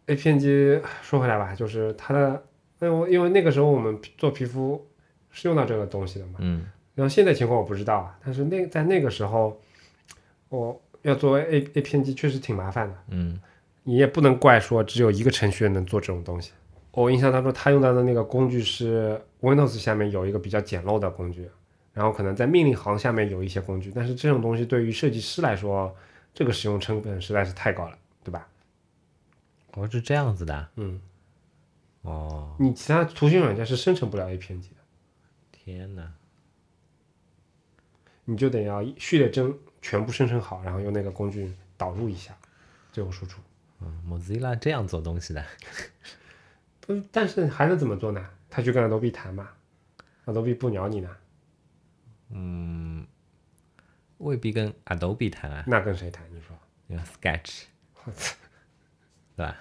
S2: A 片机说回来吧，就是它的，那我因为那个时候我们做皮肤是用到这个东西的嘛，
S1: 嗯
S2: 然后现在情况我不知道啊，但是那在那个时候，我要做 A A 片机确实挺麻烦的，
S1: 嗯
S2: 你也不能怪说只有一个程序员能做这种东西。我印象当中，他用到的那个工具是 Windows 下面有一个比较简陋的工具，然后可能在命令行下面有一些工具，但是这种东西对于设计师来说，这个使用成本实在是太高了，对吧？
S1: 我是这样子的啊，
S2: 嗯，
S1: 哦，
S2: 你其他图形软件是生成不了 A 片级的，
S1: 天哪，
S2: 你就得要序列帧全部生成好，然后用那个工具导入一下，最后输出。
S1: 嗯，Mozilla 这样做东西的，
S2: 嗯，但是还能怎么做呢？他去跟 Adobe 谈嘛，Adobe 不鸟你呢，
S1: 未必跟 Adobe 谈啊，
S2: 那跟谁谈？你说？
S1: 用 Sketch，对吧？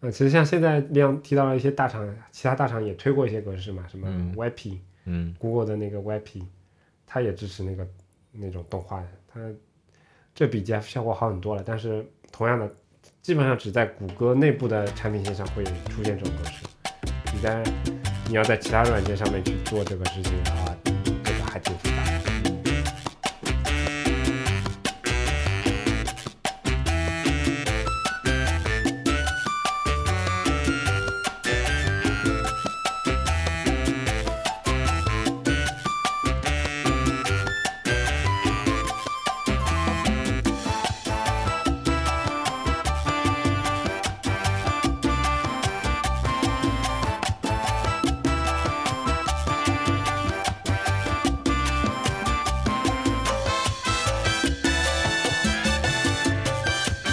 S2: 呃，其实像现在亮提到了一些大厂，其他大厂也推过一些格式嘛，什么
S1: 嗯
S2: YP、
S1: 嗯
S2: Google 的那个 YP，它也支持那个那种动画的，它这比 GF 效果好很多了。但是同样的，基本上只在谷歌内部的产品线上会出现这种格式，你在你要在其他软件上面去做这个事情的话，这个还挺复杂的。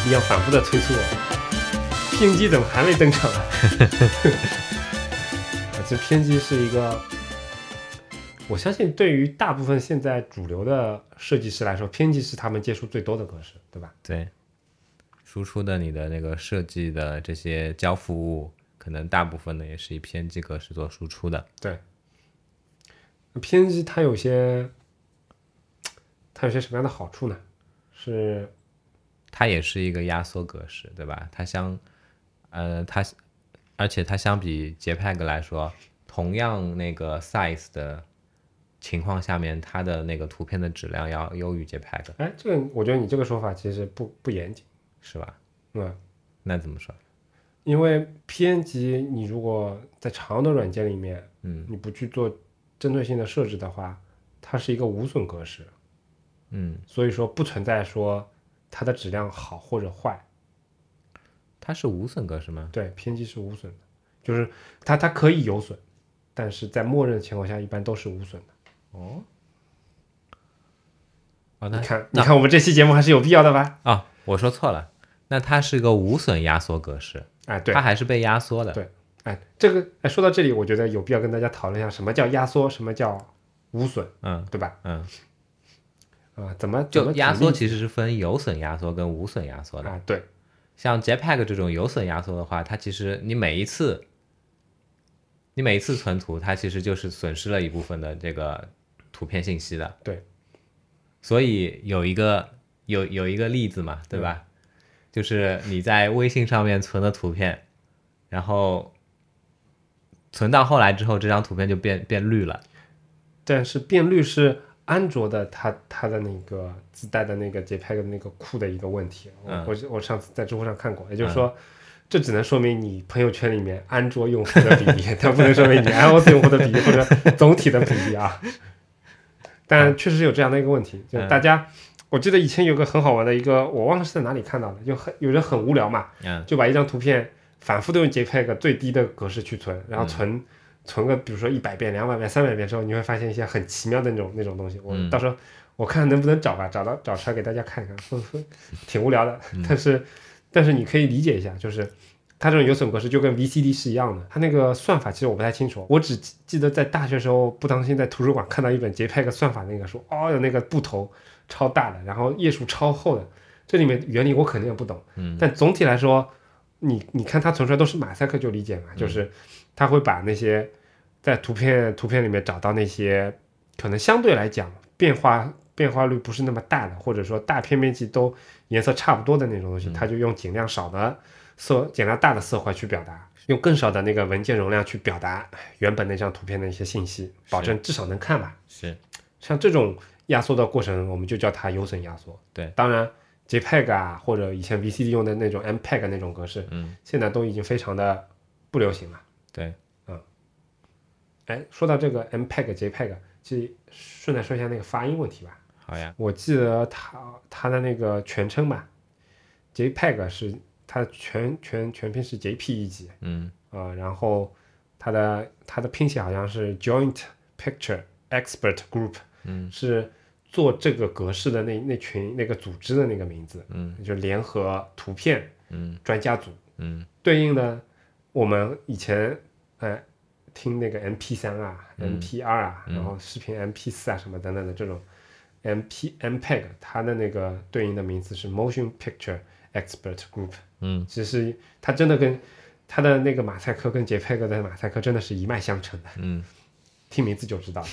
S2: 你要反复的催促我。偏激怎么还没登场啊？这偏激是一个，我相信对于大部分现在主流的设计师来说，偏激是他们接触最多的格式，对吧？
S1: 对，输出的你的那个设计的这些交付物，可能大部分呢也是以偏激格式做输出的。
S2: 对，偏激它有些，它有些什么样的好处呢？是
S1: 它也是一个压缩格式，对吧？它相，呃，它，而且它相比 JPEG 来说，同样那个 size 的情况下面，它的那个图片的质量要优于 JPEG，
S2: 哎，这个我觉得你这个说法其实不不严谨，
S1: 是吧？
S2: 嗯，
S1: 那怎么说？
S2: 因为偏激，你如果在常用的软件里面，
S1: 嗯，
S2: 你不去做针对性的设置的话，它是一个无损格式，
S1: 嗯，
S2: 所以说不存在说它的质量好或者坏。
S1: 它是无损格式吗？
S2: 对，偏激是无损的，就是它它可以有损，但是在默认情况下一般都是无损的。
S1: 哦，哦，那
S2: 你看，你看我们这期节目还是有必要的吧？
S1: 啊、我说错了，那它是个无损压缩格式，
S2: 哎，对
S1: 它，还是被压缩的。
S2: 对哎，这个哎，说到这里，我觉得有必要跟大家讨论一下什么叫压缩，什么叫无损，
S1: 嗯
S2: 对吧？
S1: 嗯，
S2: 啊、怎么怎
S1: 就
S2: 么
S1: 压
S2: 举
S1: 缩
S2: 例
S1: 其实是分有损压缩跟无损压缩的。
S2: 啊？对，
S1: 像 JPEG 这种有损压缩的话，它其实你每一次，你每一次存图，它其实就是损失了一部分的这个图片信息的。
S2: 对，
S1: 所以有一个有有一个例子嘛，对
S2: 嗯
S1: 吧？就是你在微信上面存的图片，然后存到后来之后，这张图片就变变绿了。
S2: 但是变绿是安卓的它它的那个自带的那个 JPEG 的那个库的一个问题。
S1: 嗯
S2: 我我我上次在知乎上看过，也就是说，这只能说明你朋友圈里面安卓用户的比例， 但不能说明你 iOS 用户的比例或者总体的比例啊。但确实有这样的一个问题，就大家，我记得以前有个很好玩的一个，我忘了是在哪里看到的，就很有人很无聊嘛，
S1: 嗯
S2: 就把一张图片反复的用 JPEG 最低的格式去存，
S1: 嗯
S2: 然后存、存个比如说一百遍、两百遍、三百遍之后，你会发现一些很奇妙的那种那种东西。我
S1: 嗯
S2: 到时候我看能不能找吧，找到找出来给大家看一 看，呵呵挺无聊的，
S1: 嗯
S2: 但是但是你可以理解一下，就是。它这种有损格式就跟 VCD 是一样的，它那个算法其实我不太清楚，我只记记得在大学时候不当心在图书馆看到一本 JPEG 算法那个书，哦哟那个布头超大的，然后页数超厚的，这里面原理我肯定也不懂，
S1: 嗯
S2: 但总体来说，你你看它存出来都是马赛克就理解嘛，
S1: 嗯
S2: 就是它会把那些在图片图片里面找到那些可能相对来讲变化变化率不是那么大的，或者说大片面积都颜色差不多的那种东
S1: 嗯
S2: 西，它就用尽量少的色尽量大的色块去表达，用更少的那个文件容量去表达原本那张图片的一些信息，保证至少能看吧。
S1: 是
S2: 像这种压缩的过程，我们就叫它有损压缩。
S1: 对
S2: 当然 JPEG 啊，或者以前 VCD 用的那种 MPEG 那种格式，
S1: 嗯
S2: 现在都已经非常的不流行了。嗯
S1: 对，
S2: 哎，说到这个 E MPEG、JPEG，其实顺带说一下那个发音问题吧。
S1: 好呀，
S2: 我记得它它的那个全称吧，JPEG 是它全全全拼是 E JPEG
S1: 嗯
S2: 啊、然后它的它的拼写好像是 Joint Picture Expert Group。
S1: 嗯
S2: 是做这个格式的那那群那个组织的那个名字，
S1: 嗯
S2: 就联合图片
S1: 嗯
S2: 专家组。
S1: 嗯
S2: 对应的，我们以前呃听那个 MP 三啊、
S1: 嗯
S2: MP 二啊，
S1: 嗯
S2: 然后视频 MP 四啊什么等等的这种 MP MPEG，它的那个对应的名字是 Motion Picture Expert Group。
S1: 嗯，
S2: 其实它真的跟它的那个马赛克跟 JPEG 的马赛克真的是一脉相承的。
S1: 嗯，
S2: 听名字就知道了。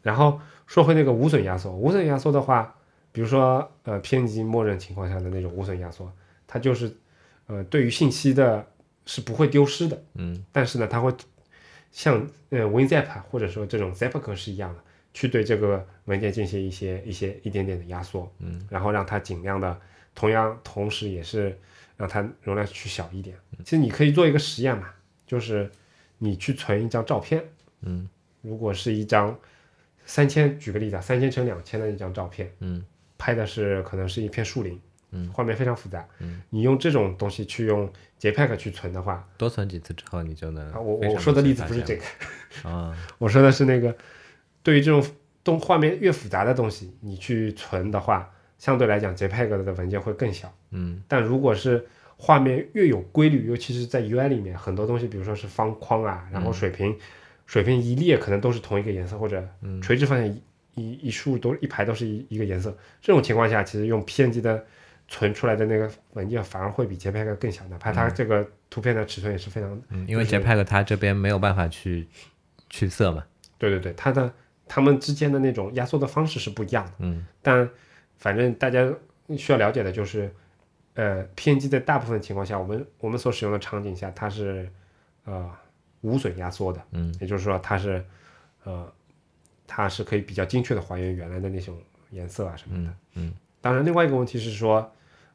S2: 然后说回那个无损压缩，无损压缩的话，比如说呃偏激默认情况下的那种无损压缩，它就是呃对于信息的是不会丢失的，
S1: 嗯，
S2: 但是呢，它会像呃 WinZip 啊或者说这种 Zip 格式一样的，去对这个文件进行一些一些一点点的压缩，嗯，然后让它尽量的同样同时也是让它容量去小一点。其实你可以做一个实验嘛，就是你去存一张照片，如果是一张三千，举个例子啊，三千乘两千的一张照片，
S1: 嗯，
S2: 拍的是可能是一片树林，
S1: 嗯，
S2: 画面非常复杂，嗯，你用这种东西去用 JPEG 去存的话，
S1: 多存几次之后你就能
S2: 啊，我
S1: 嗯非常
S2: 我说的
S1: 明
S2: 例
S1: 显
S2: 子不是
S1: 发
S2: 这
S1: 现
S2: 个，
S1: 啊，
S2: 我说的是那个， 对于这种东画面越复杂的东西，你去存的话，相对来讲 JPEG 的文件会更小，
S1: 嗯
S2: 但如果是画面越有规律，尤其是在 UI 里面，很多东西，比如说是方框啊，
S1: 嗯
S2: 然后水平、水平一列可能都是同一个颜色，或者
S1: 嗯
S2: 垂直方向一、一一竖都一排都是一一个颜色。这种情况下，其实用 PNG 的存出来的那个文件反而会比 JPEG 更小，哪怕它这个图片的尺寸也是非常，
S1: 嗯，因为
S2: 就是
S1: JPEG 它这边没有办法去去色嘛，
S2: 对对对，它的它们之间的那种压缩的方式是不一样的。
S1: 嗯
S2: 但反正大家需要了解的就是，呃，PNG 在大部分情况下，我们我们所使用的场景下，它是呃无损压缩的，
S1: 嗯，
S2: 也就是说它是呃它是可以比较精确的还原原来的那种颜色啊什么的。
S1: 嗯嗯
S2: 当然，另外一个问题是说，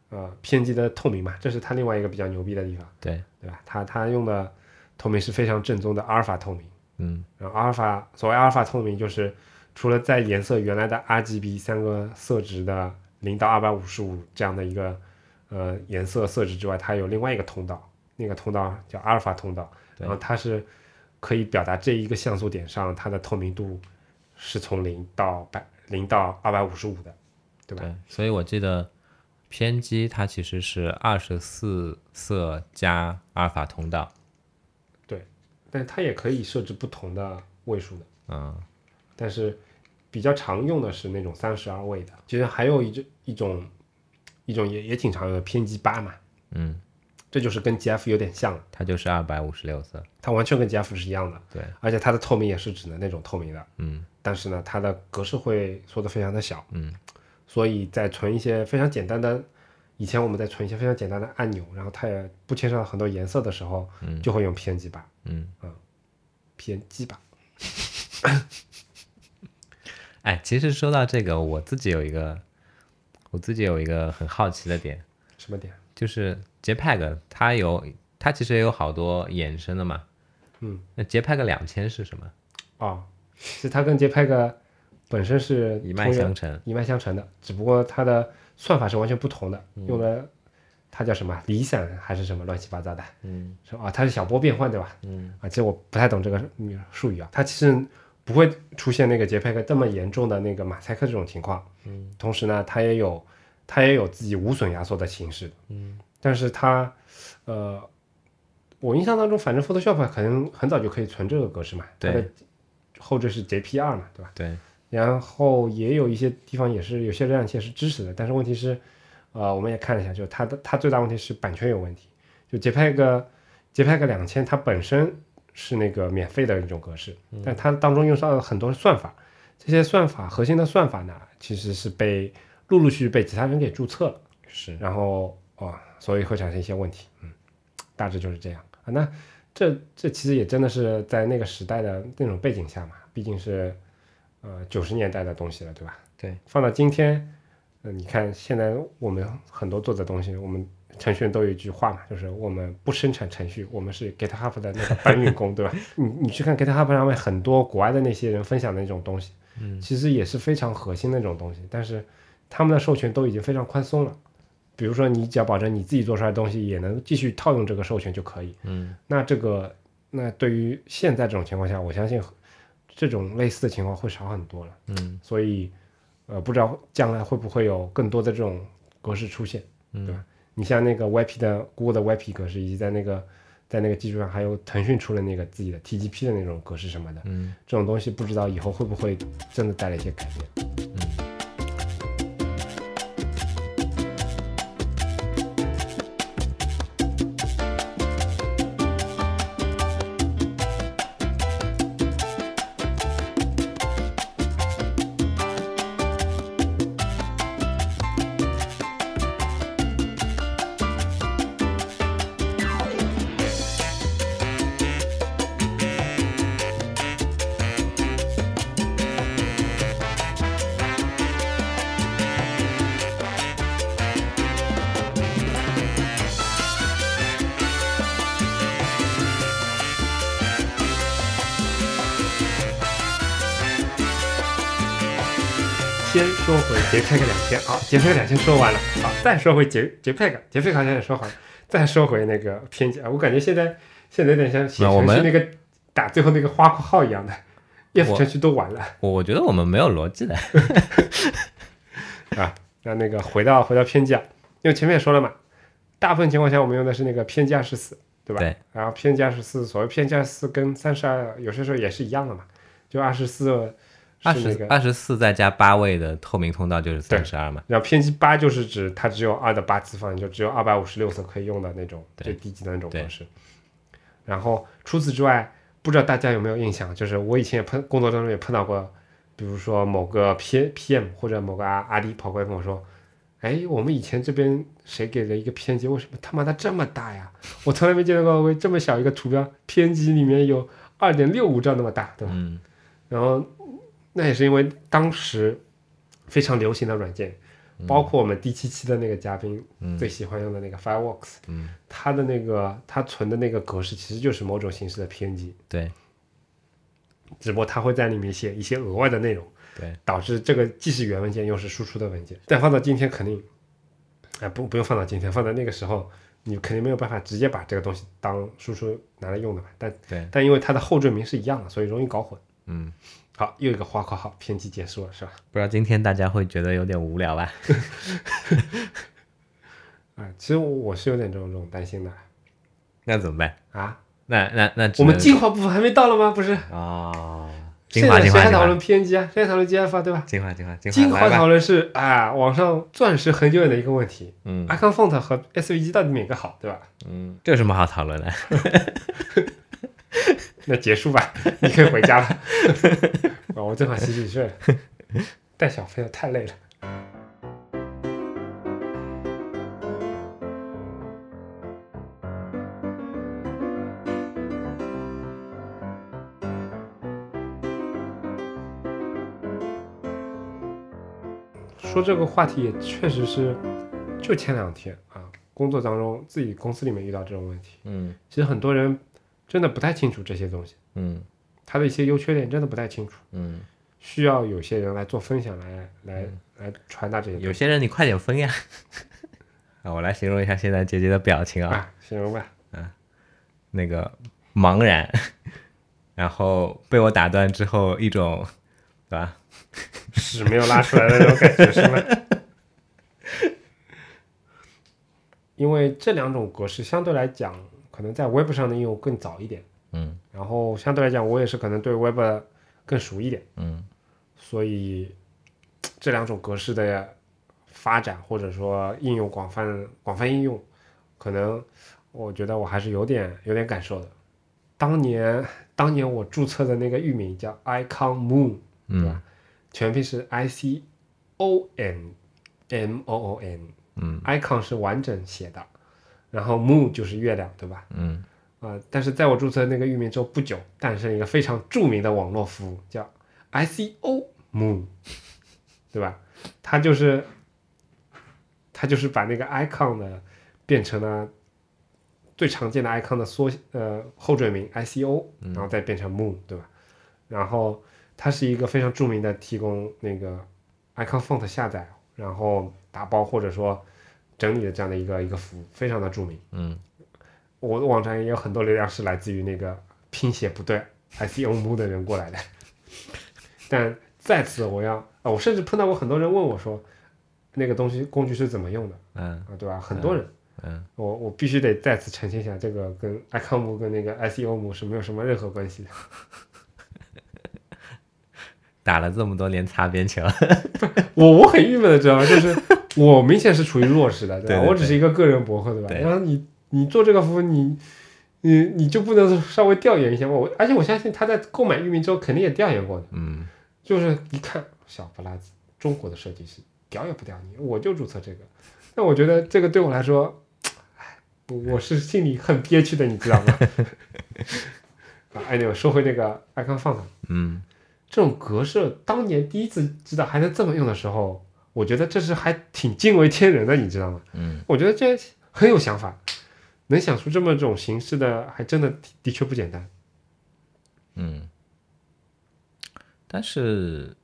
S2: 呃，PNG 的透明嘛，这是它另外一个比较牛逼的地方，
S1: 对，
S2: 对吧？它它用的透明是非常正宗的阿尔法透明。
S1: 嗯
S2: 然后阿尔法，所谓阿尔法透明就是除了在颜色原来的 RGB 三个色值的零到二百五十五这样的一个呃颜色色值之外，它有另外一个通道，那个通道叫阿尔法通道，
S1: 对
S2: 然后它是可以表达这一个像素点上它的透明度是从零到百零到二百五十五的，对吧？
S1: 对，所以我记得偏激它其实是二十四色加阿尔法通道，
S2: 但是它也可以设置不同的位数的。
S1: 嗯
S2: 但是比较常用的是那种三十二位的。其实还有一种一种一种也也挺常用的偏激八嘛，
S1: 嗯，
S2: 这就是跟 GF 有点像了，
S1: 它就是二百五十六色，
S2: 它完全跟 GF 是一样的，
S1: 对，
S2: 而且它的透明也是只能那种透明的，
S1: 嗯
S2: 但是呢，它的格式会缩得非常的小，
S1: 嗯，
S2: 所以在存一些非常简单的。以前我们在存一些非常简单的按钮，然后它也不牵涉到很多颜色的时候，
S1: 嗯
S2: 就会用偏激八，
S1: 嗯，
S2: 偏激八，
S1: 哎，其实说到这个，我自己有一个我自己有一个很好奇的点，
S2: 什么点？
S1: 就是 JPEG 它有它其实也有好多衍生的嘛。
S2: 嗯，
S1: 那 JPEG 两千是什么？
S2: 啊，其实它跟 JPEG 本身是
S1: 一脉
S2: 同源
S1: 相承。
S2: 一脉相承的，只不过它的算法是完全不同的，
S1: 嗯
S2: 用的它叫什么离散还是什么乱七八糟的，
S1: 嗯
S2: 是吧？啊，它是小波变换对吧？
S1: 嗯
S2: 啊，其实我不太懂这个嗯术语啊，它其实不会出现那个杰佩克这么严重的那个马赛克这种情况。
S1: 嗯，
S2: 同时呢，它也有它也有自己无损压缩的形式。
S1: 嗯，
S2: 但是它呃，我印象当中，反正 Photoshop 可能很早就可以存这个格式嘛，它的
S1: 对
S2: 后缀是 JPR 嘛，对吧？
S1: 对，
S2: 然后也有一些地方也是有些浏览器也是支持的，但是问题是，呃，我们也看了一下，就是它的它最大问题是版权有问题。就 JPEG JPEG 两千它本身是那个免费的一种格式，但它当中用上了很多算法，这些算法核心的算法呢，其实是被陆陆续续被其他人给注册了，
S1: 是
S2: 然后哦，所以会产生一些问题。嗯，大致就是这样啊。那这这其实也真的是在那个时代的那种背景下嘛，毕竟是呃九十年代的东西了，对吧？
S1: 对，
S2: 放到今天，嗯、你看现在我们很多做的东西，我们程序员都有一句话嘛，就是我们不生产程序，我们是 GitHub 的那个搬运工， 对吧？你你去看 GitHub 上面很多国外的那些人分享的那种东西，
S1: 嗯
S2: 其实也是非常核心的那种东西，但是他们的授权都已经非常宽松了。比如说，你只要保证你自己做出来的东西也能继续套用这个授权就可以。
S1: 嗯
S2: 那这个，那对于现在这种情况下，我相信这种类似的情况会少很多了。
S1: 嗯
S2: 所以，呃，不知道将来会不会有更多的这种格式出现，
S1: 嗯
S2: 对吧？你像那个 YP 的 Google 的 YP 格式，以及在那个在那个基础上，还有腾讯出了那个自己的 TGP 的那种格式什么的，
S1: 嗯
S2: 这种东西不知道以后会不会真的带来一些改变。先说回 JPEG 两千，好，JPEG 两千说完了，好，再说回 J JPEG，JPEG 好像也说好了，再说回那个偏见，啊我感觉现在现在有点像写
S1: 那我
S2: 程序
S1: 们
S2: 那个打最后那个花括号一样的，if
S1: 我
S2: 程序都完了
S1: 我我觉得我们没有逻辑的。
S2: 啊。那那个回到回到偏见，因为前面也说了嘛，大部分情况下我们用的是那个偏见二十四，对吧？
S1: 对。
S2: 然后偏见二十四，所谓偏见二十四跟三十二有些时候也是一样的嘛，就二十四
S1: 二
S2: 是那
S1: 十
S2: 个
S1: 二十四再加八位的透明通道就是三十二嘛。
S2: 然后偏激八就是指它只有二的八次方，就只有二百五十六次可以用的那种
S1: 对
S2: 最低级的那种
S1: 对
S2: 格式。然后除此之外，不知道大家有没有印象，就是我以前也碰工作当中也碰到过，比如说某个 P PM 或者某个阿阿迪跑过来跟我说：“哎，我们以前这边谁给了一个偏激，为什么他妈的这么大呀？我从来没见到过为这么小一个图标，偏激里面有二点六五兆那么大，对吧？”
S1: 嗯
S2: 然后那也是因为当时非常流行的软件，包括我们第七期的那个嘉宾、
S1: 嗯
S2: 最喜欢用的那个 Fireworks，
S1: 嗯，
S2: 它的那个它存的那个格式其实就是某种形式的 PNG，
S1: 对
S2: 只不过它会在里面写一些额外的内容，
S1: 对，
S2: 导致这个既是原文件又是输出的文件。但放到今天肯定，哎，不不用放到今天，放到那个时候。你肯定没有办法直接把这个东西当输出拿来用的嘛，但
S1: 对
S2: 但因为它的后缀名是一样的，所以容易搞混。
S1: 嗯，
S2: 好，又一个花括号偏激结束了，是吧？
S1: 不知道今天大家会觉得有点无聊吧？
S2: 啊，其实我我是有点这种这种担心的
S1: 那怎么办？
S2: 啊。
S1: 那那那只
S2: 我们
S1: 能
S2: 精华部分还没到了吗？不是，
S1: 啊，
S2: 现
S1: 精华
S2: 在
S1: 精
S2: 谁
S1: 华
S2: 还
S1: 精
S2: 讨
S1: 华
S2: 论 PNG 啊？谁还讨论 GF 啊？对吧？
S1: 精华精华
S2: 精
S1: 精华
S2: 华
S1: 来吧
S2: 讨论是啊，网上钻石恒久远的一个问题。
S1: 嗯
S2: Icon Font 和 SVG 到底哪个好，对吧？
S1: 嗯，这有什么好讨论的？
S2: 那结束吧， 你可以回家了。啊，我正好洗洗睡了，带小朋友太累了。说这个话题也确实是，就前两天啊，工作当中，自己公司里面遇到这种问题，
S1: 嗯
S2: 其实很多人真的不太清楚这些东西，
S1: 嗯
S2: 它的一些优缺点真的不太清楚，
S1: 嗯，
S2: 需要有些人来做分享，来来来传达这些东
S1: 有些人你快点分呀。 啊，我来形容一下现在杰杰的表情
S2: 西
S1: 啊，
S2: 啊，形容吧，
S1: 那个茫然， 然后被我打断之后一种，对吧？
S2: 屎没有拉出来的那种感觉是吗？ 因为这两种格式相对来讲，可能在 Web 上的应用更早一点，
S1: 嗯
S2: 然后相对来讲，我也是可能对 Web 更熟一点。
S1: 嗯
S2: 所以这两种格式的发展或者说应用广泛广泛应用，可能我觉得我还是有点有点感受的。当年当年我注册的那个域名叫 icon moon，对
S1: 嗯
S2: 吧？全拼是 i c o n m o o n，icon
S1: 嗯
S2: 是完整写的，然后 moon 就是月亮，对吧？
S1: 嗯
S2: 啊、但是在我注册那个域名之后不久，诞生了一个非常著名的网络服务，叫 ICO Moon，对吧？它就是它就是把那个 icon 的变成了最常见的 icon 的缩呃后缀名 ICO，然后再变成 Moon，对吧？然后它是一个非常著名的提供那个 icon font 下载，然后打包或者说整理的这样的一个一个服务，非常的著名。
S1: 嗯
S2: 我的网站也有很多流量是来自于那个拼写不对 SEO 木的人过来的。 但在此我要啊，我甚至碰到过很多人问我说，那个东西工具是怎么用的
S1: 嗯
S2: 啊，对吧？很多人，
S1: 嗯
S2: 我我必须得再次澄清一下，这个跟 icon 木跟那个 SEO 木是没有什么任何关系的。
S1: 打了这么多年擦边球，
S2: 我我很郁闷的，知道吗？ 就是我明显是处于弱势的，对吧？
S1: 对对对
S2: 我只是一个个人博客，对吧？
S1: 对
S2: 然后你你做这个服务，你你你就不能稍微调研一下吗？我而且我相信他在购买域名之后肯定也调研过的，
S1: 嗯
S2: 就是一看小不拉几，中国的设计师屌也不屌你，我就注册这个。那我觉得这个对我来说，哎，我是心里很憋屈的，你知道吗？ 啊，哎，你说回那个 icon font，
S1: 嗯
S2: 这种格式，当年第一次知道还能这么用的时候，我觉得这是还挺惊为天人的，你知道吗？
S1: 嗯，
S2: 我觉得这很有想法，能想出这么种形式的，还真的的的确不简单。
S1: 嗯，但是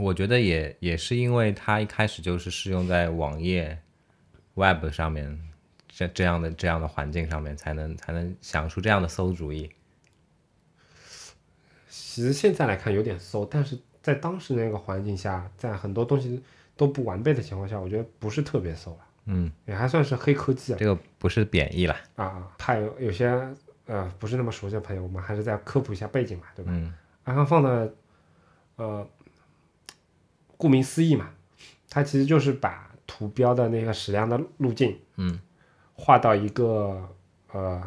S1: 我觉得也也是因为它一开始就是适用在网页 Web 上面这这样的这样的环境上面，才能才能想出这样的馊主意。
S2: 其实现在来看有点馊，但是在当时那个环境下，在很多东西都不完备的情况下，我觉得不是特别馊了，
S1: 嗯，
S2: 也还算是黑科技啊
S1: 这个不是贬义啦。
S2: 啊！怕有有些呃不是那么熟悉的朋友，我们还是再科普一下背景嘛，对吧？
S1: 嗯
S2: 安康放的，呃，顾名思义嘛，它其实就是把图标的那个矢量的路径，
S1: 嗯，
S2: 画到一个呃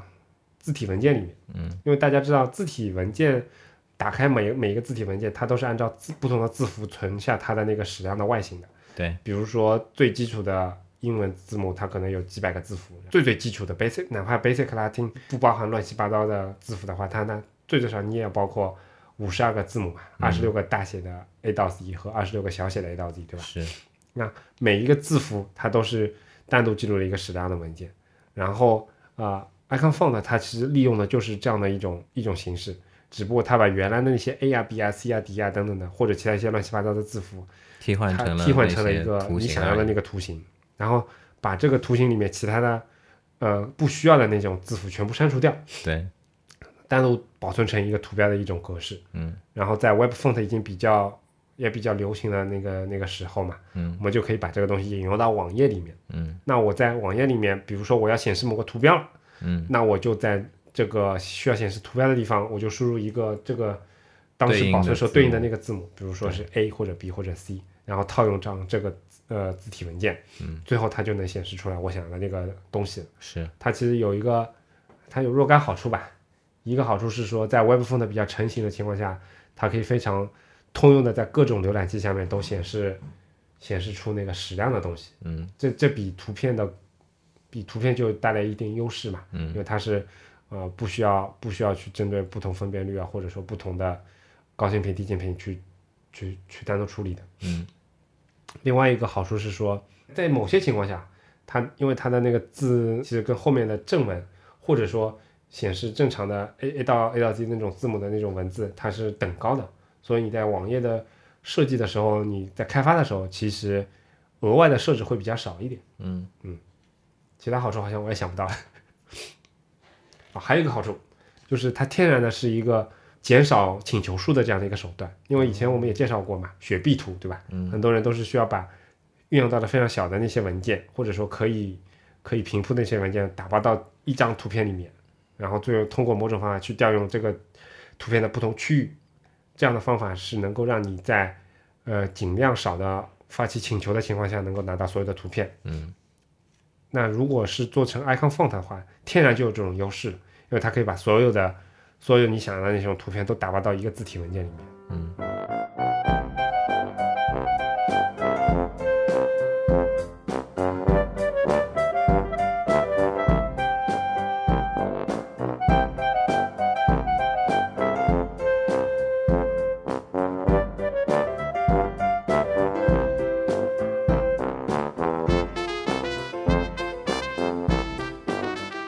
S2: 字体文件里面，
S1: 嗯，
S2: 因为大家知道字体文件打开每每一个字体文件，它都是按照字不同的字符存下它的那个矢量的外形的。
S1: 对，
S2: 比如说最基础的英文字母，它可能有几百个字符，最最基础的 basic，哪怕 basic Latin 不包含乱七八糟的字符的话，它那最最少你也要包括五十二个字母嘛，二十六个大写的 A 到 Z 和二十六个小写的 A 到 Z，对吧？
S1: 是，
S2: 那每一个字符它都是单独记录了一个矢量的文件，然后啊、呃、，icon font 它其实利用的就是这样的一种一种形式，只不过它把原来的那些 A 啊、B 啊、C 啊、D 啊等等的，或者其他一些乱七八糟的字符，
S1: 替换
S2: 它
S1: 成了
S2: 替换
S1: 那
S2: 成了
S1: 些
S2: 一个
S1: 图
S2: 你
S1: 形啊
S2: 想要
S1: 而
S2: 的
S1: 已
S2: 那个图形，然后把这个图形里面其他的呃不需要的那种字符全部删除掉，
S1: 对，
S2: 单独保存成一个图标的一种格式。
S1: 嗯，
S2: 然后在 Web Font 已经比较也比较流行的那个那个时候嘛，
S1: 嗯，
S2: 我们就可以把这个东西引用到网页里面。
S1: 嗯
S2: 那我在网页里面，比如说我要显示某个图标了，
S1: 嗯，
S2: 那我就在这个需要显示图标的地方，我就输入一个这个当时保存时候对
S1: 对
S2: 应
S1: 应
S2: 的
S1: 的字母
S2: 那个字母，比如说是 A 或者 B 或者 C，然后套用上这个呃字体文件，
S1: 嗯，
S2: 最后它就能显示出来我想要的那个东西了。
S1: 是，
S2: 它其实有一个，它有若干好处吧。一个好处是说，在 Web Font 比较成型的情况下，它可以非常通用的在各种浏览器下面都显示显示出那个矢量的东西。
S1: 嗯
S2: 这这比图片的比图片就带来一定优势嘛，
S1: 嗯
S2: 因为它是呃不需要不需要去针对不同分辨率啊，或者说不同的高性频、低性频去去去单独处理的。
S1: 嗯
S2: 另外一个好处是说，在某些情况下，它因为它的那个字其实跟后面的正文或者说显示正常的 A A 到 A 到 Z 那种字母的那种文字，它是等高的，所以你在网页的设计的时候，你在开发的时候，其实额外的设置会比较少一点。
S1: 嗯
S2: 其他好处好像我也想不到。啊、 哦还有一个好处就是它天然的是一个减少请求数的这样的一个手段，因为以前我们也介绍过嘛，雪碧图对吧？
S1: 嗯
S2: 很多人都是需要把运用到的非常小的那些文件，或者说可以可以平铺的那些文件打包到一张图片里面，然后最后通过某种方法去调用这个图片的不同区域，这样的方法是能够让你在呃尽量少的发起请求的情况下，能够拿到所有的图片。
S1: 嗯
S2: 那如果是做成 icon font 的话，天然就有这种优势，因为它可以把所有的所有你想要的那种图片都打包到一个字体文件里面。
S1: 嗯。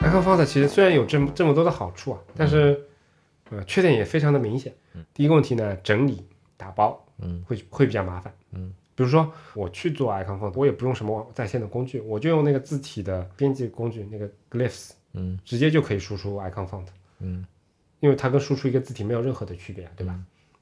S2: icon font 其实虽然有这么这么多的好处啊，
S1: 嗯
S2: 但是、呃缺点也非常的明显。第一个问题呢，整理打包，
S1: 嗯，
S2: 会会比较麻烦。
S1: 嗯，
S2: 比如说我去做 icon font，我也不用什么网在线的工具，我就用那个字体的编辑工具那个 glyphs，
S1: 嗯，
S2: 直接就可以输出 icon font。
S1: 嗯，
S2: 因为它跟输出一个字体没有任何的区别啊，对吧？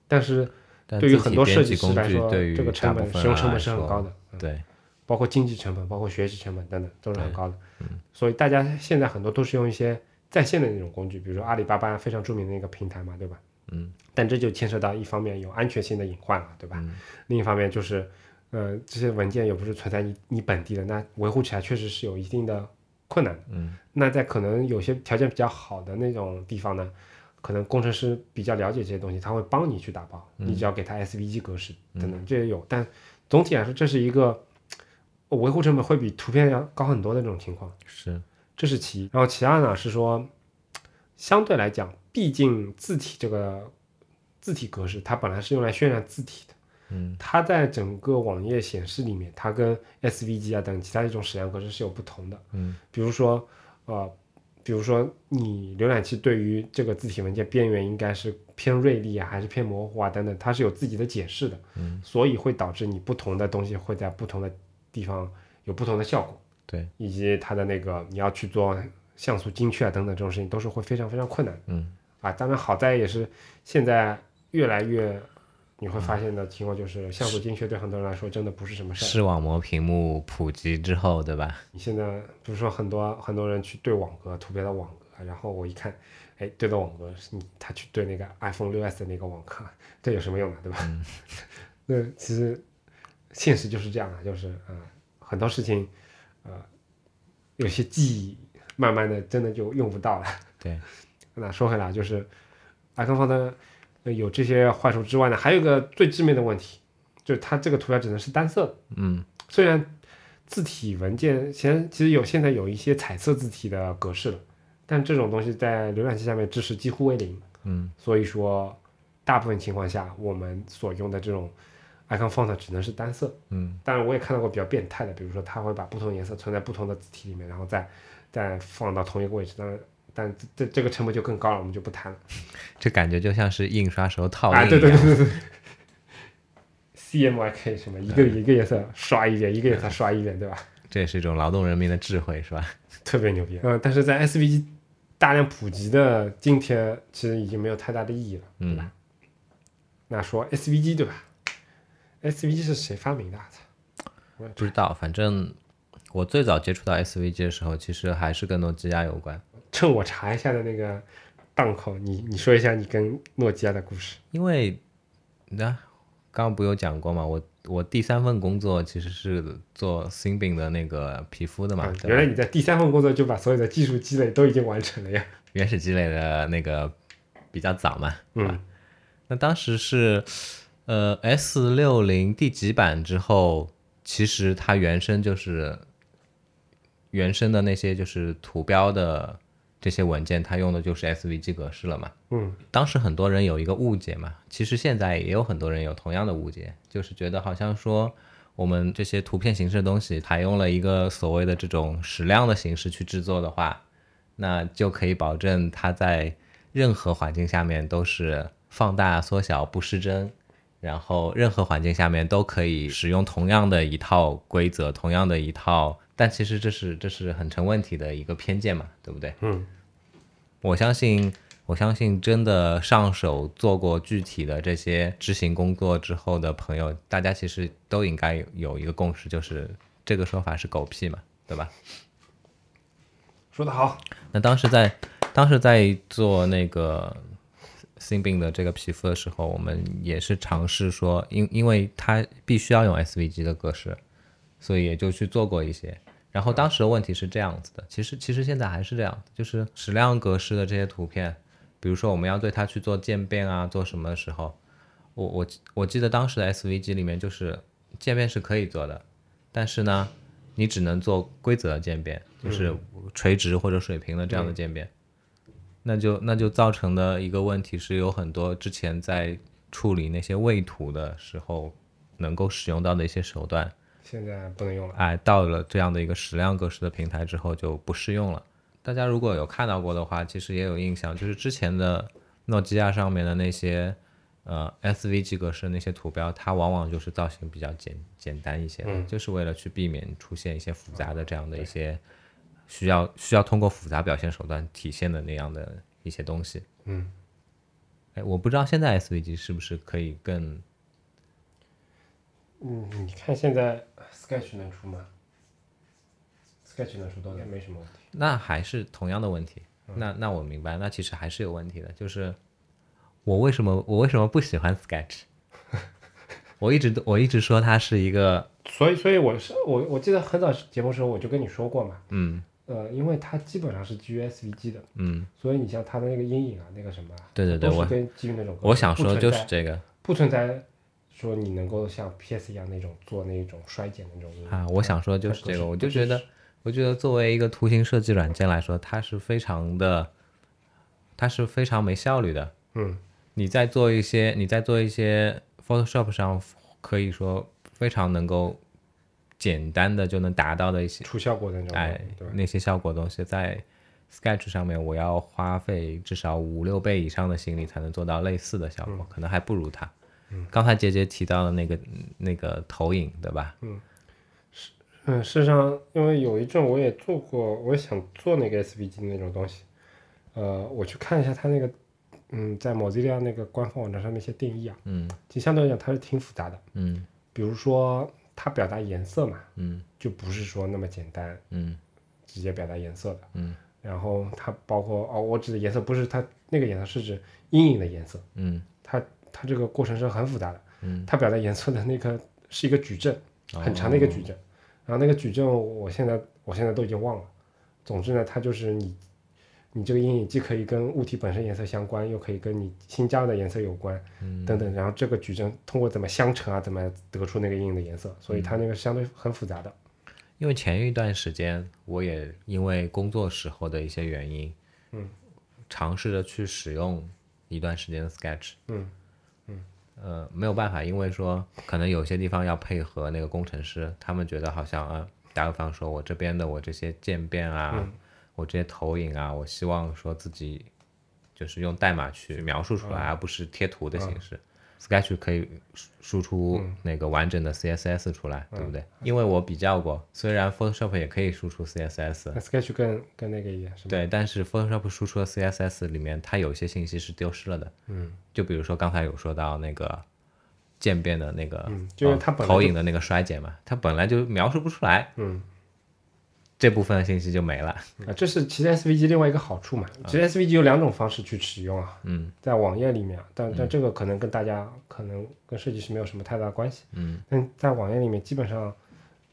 S2: 但是
S1: 但
S2: 对于
S1: 自己
S2: 很多
S1: 编
S2: 设
S1: 辑
S2: 计师
S1: 工
S2: 来
S1: 具
S2: 说，
S1: 对于
S2: 这个成
S1: 大部
S2: 本、
S1: 分
S2: 使
S1: 人
S2: 用成
S1: 来
S2: 本是很
S1: 说
S2: 高的，嗯
S1: 对，
S2: 包括经济成本、包括学习成本等等都是很
S1: 对
S2: 高的。
S1: 嗯
S2: 所以大家现在很多都是用一些在线的那种工具，比如说阿里巴巴非常著名的一个平台嘛，对吧？
S1: 嗯。
S2: 但这就牵涉到一方面有安全性的隐患了，对吧？另一方面就是，呃，这些文件也不是存在你你本地的，那维护起来确实是有一定的困难的。
S1: 嗯。
S2: 那在可能有些条件比较好的那种地方呢，可能工程师比较了解这些东西，他会帮你去打包，
S1: 嗯
S2: 你只要给他 SVG 格式等等，这也有。但总体来说，这是一个呃维护成本会比图片要高很多的这种情况，
S1: 是，
S2: 这是其一。然后其二呢是说，相对来讲，毕竟字体这个字体格式它本来是用来渲染字体的，
S1: 嗯，
S2: 它在整个网页显示里面，它跟 SVG 啊等其他一种矢量格式是有不同的，
S1: 嗯，
S2: 比如说呃，比如说你浏览器对于这个字体文件边缘应该是偏锐利啊，还是偏模糊啊等等，它是有自己的解释的，
S1: 嗯，
S2: 所以会导致你不同的东西会在不同的地方有不同的效果。
S1: 对，
S2: 以及它的那个你要去做像素精确啊等等这种事情，都是会非常非常困难的
S1: 嗯
S2: 啊。当然，好在也是现在越来越你会发现的情况就是，像素精确对很多人来说真的不是什么事儿。
S1: 视网膜屏幕普及之后，对吧？
S2: 你现在比如说很多很多人去对网格，图别的网格，然后我一看，哎，对的网格，是你他去对那个 iPhone 六 S 的那个网格， 这有什么用啊，对吧？ 那其实现实就是这样啊，就是啊、呃很多事情，呃，有些记忆慢慢的真的就用不到了。
S1: 对，
S2: 那说回来，啊就是 iPhone 放的有这些坏处之外呢，还有一个最致命的问题，就是它这个图标只能是单色的。
S1: 嗯
S2: 虽然字体文件现其实有现在有一些彩色字体的格式了，但这种东西在浏览器下面支持几乎为零，
S1: 嗯
S2: 所以说大部分情况下我们所用的这种 icon font 只能是单色。
S1: 嗯
S2: 当然，我也看到过比较变态的，比如说他会把不同颜色存在不同的字体里面，然后再再放到同一个位置。当然，但这这这个成本就更高了，我们就不谈了。
S1: 这感觉就像是印刷时候套
S2: 啊，
S1: 印
S2: 对
S1: 一
S2: 对
S1: 样。
S2: 对对对。C M Y K 什么一个一个颜色刷一遍，一个颜色刷一遍，对吧？
S1: 这也是一种劳动人民的智慧，是吧？
S2: 特别牛逼。嗯，但是在 SVG 大量普及的今天，其实已经没有太大的意义了。
S1: 嗯，
S2: 那说 SVG 对吧？SVG 是谁发明的啊？操
S1: 不知道，反正我最早接触到 SVG 的时候，其实还是跟诺基亚有关，
S2: 趁我查一下的那个档口，你你说一下你跟诺基亚的故事。
S1: 因为那、刚刚不有讲过嘛，我我第三份工作其实是做 s i n b i n 的那个皮肤的嘛，
S2: 啊，
S1: 对吧
S2: 原来你在第三份工作就把所有的技术积累都已经完成了呀。
S1: 原始积累的那个比较早嘛，
S2: 嗯
S1: 那当时是，呃，S 六零第几版之后，其实它原生就是原生的那些就是图标的这些文件，它用的就是 SVG 格式了嘛。
S2: 嗯，
S1: 当时很多人有一个误解嘛，其实现在也有很多人有同样的误解，就是觉得好像说我们这些图片形式的东西采用了一个所谓的这种矢量的形式去制作的话，那就可以保证它在任何环境下面都是放大、缩小、不失真，然后任何环境下面都可以使用同样的一套规则、同样的一套。但其实这是这是很成问题的一个偏见嘛，对不对？
S2: 嗯，
S1: 我相信，我相信真的上手做过具体的这些执行工作之后的朋友，大家其实都应该有有一个共识，就是这个说法是狗屁嘛，对吧？
S2: 说得好，
S1: 那当时在当时在做那个性病的这个皮肤的时候，我们也是尝试说，因因为它必须要用 SVG 的格式，所以也就去做过一些。然后当时的问题是这样子的，其实其实现在还是这样，就是矢量格式的这些图片，比如说我们要对它去做渐变啊，做什么的时候，我我我记得当时的 SVG 里面就是渐变是可以做的，但是呢，你只能做规则的渐变，就是垂直或者水平的这样的渐变，那就那就造成的一个问题是，有很多之前在处理那些位图的时候能够使用到的一些手段，
S2: 现在不能用了。
S1: 哎，到了这样的一个矢量格式的平台之后就不适用了。大家如果有看到过的话，其实也有印象，就是之前的诺基亚上面的那些呃 SVG 格式的那些图标，它往往就是造型比较简简单一些
S2: 嗯
S1: 的，就是为了去避免出现一些复杂的这样的一些需要需要通过复杂表现手段体现的那样的一些东西。
S2: 嗯，
S1: 哎，我不知道现在 SVG 是不是可以更
S2: 嗯，你看现在 Sketch 能出吗？Sketch 能出多少？没什么问题。
S1: 那还是同样的问题。那那我明白，那其实还是有问题的。就是我为什么我为什么不喜欢 Sketch？我一直都我一直说它是一个
S2: 所以，所以我是我我记得很早节目时候我就跟你说过嘛，
S1: 嗯
S2: 呃，因为它基本上是基于 SVG 的，
S1: 嗯，
S2: 所以你像它的那个阴影啊，那个什么 啊，
S1: 对对对，
S2: 都是
S1: 我
S2: 跟基于那种格式，
S1: 我想
S2: 不
S1: 说
S2: 存
S1: 就是
S2: 在
S1: 这个
S2: 不存在说你能够像 PS 一样那种做那种衰减的那种阴影
S1: 啊，我想说就是这
S2: 它
S1: 个，
S2: 不
S1: 我就觉得我觉得作为一个图形设计软件来说，它是非常的，它是非常没效率的。
S2: 嗯，
S1: 你在做一些你在做一些 Photoshop 上可以说非常能够简单的就能达到的一些
S2: 出效果的那种，
S1: 哎
S2: 对吧？
S1: 那些效果东西，在 Sketch 上面我要花费至少五六倍以上的心力才能做到类似的效果，可能还不如它。刚才杰杰提到的那个那个投影，对吧？
S2: 嗯，事实上，因为有一阵我也做过，我也想做那个 SVG 那种东西，呃，我去看一下它那个，嗯，在 Mozilla 那个官方网站上面一些定义啊，
S1: 嗯
S2: 其实相对来讲它是挺复杂的，
S1: 嗯
S2: 比如说它表达颜色嘛，
S1: 嗯
S2: 就不是说那么简单
S1: 嗯
S2: 直接表达颜色的，
S1: 嗯
S2: 然后它包括哦，我指的颜色不是它那个颜色，是指阴影的颜色，
S1: 嗯
S2: 它它这个过程是很复杂的，
S1: 嗯，
S2: 它表达颜色的那个是一个矩阵，很长的一个矩阵，然后那个矩阵我现在我现在都已经忘了。总之呢，它就是你你这个阴影既可以跟物体本身颜色相关，又可以跟你新加入的颜色有关，等等。然后这个矩阵通过怎么相乘啊，怎么得出那个阴影的颜色，所以它那个相对很复杂的。
S1: 因为前一段时间，我也因为工作时候的一些原因，嗯，尝试着去使用一段时间的 Sketch，
S2: 嗯
S1: 呃，没有办法，因为说可能有些地方要配合那个工程师，他们觉得好像啊，打个比方说，我这边的我这些渐变啊，
S2: 嗯
S1: 我这些投影啊，我希望说自己就是用代码去描述
S2: 嗯
S1: 出来，而不是贴图的形式。Sketch 可以输输出
S2: 嗯
S1: 那个完整的 CSS 出来，对不对？因为我比较过，虽然 Photoshop 也可以输出 CSS，
S2: 那 Sketch 跟跟那个也是吧
S1: 对，但是 Photoshop 输出的 CSS 里面，它有一些信息是丢失了的。嗯，就比如说刚才有说到那个渐变的那个，
S2: 嗯就是它
S1: 呃
S2: 本来
S1: 投
S2: 就
S1: 影的那个衰减嘛，它本来就描述不出来，
S2: 嗯，
S1: 这部分信息就没了。
S2: 啊，这是其实 SVG 另外一个好处嘛。其实 SVG 有两种方式去使用啊，嗯，在网页里面啊，但但这个可能跟大家可能跟设计师没有什么太大关系，嗯，但在网页里面基本上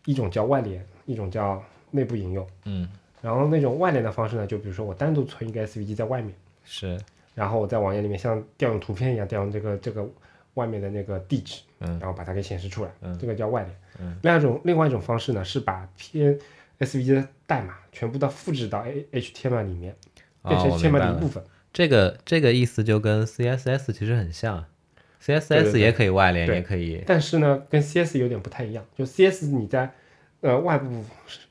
S2: 一种叫外联，一种叫内部引用，
S1: 嗯，
S2: 然后那种外联的方式呢，就比如说我单独存一个 SVG 在外面，
S1: 是，
S2: 然后我在网页里面像调用图片一样调用这个这个外面的那个地址，
S1: 嗯
S2: 然后把它给显示出来，
S1: 嗯
S2: 这个叫外联。另外一种另外一种方式呢，是把 P SVG 的代码全部都复制到 A HTML 里面，
S1: 哦
S2: 变成
S1: 我明白
S2: HTML 的一
S1: 了
S2: 部分。
S1: 这个这个意思就跟 CSS 其实很像
S2: 对对
S1: CSS
S2: 对
S1: 也可以外联，
S2: 对
S1: 也可以
S2: 但是呢，跟 CS 有点不太一样，就 CS 你在呃外部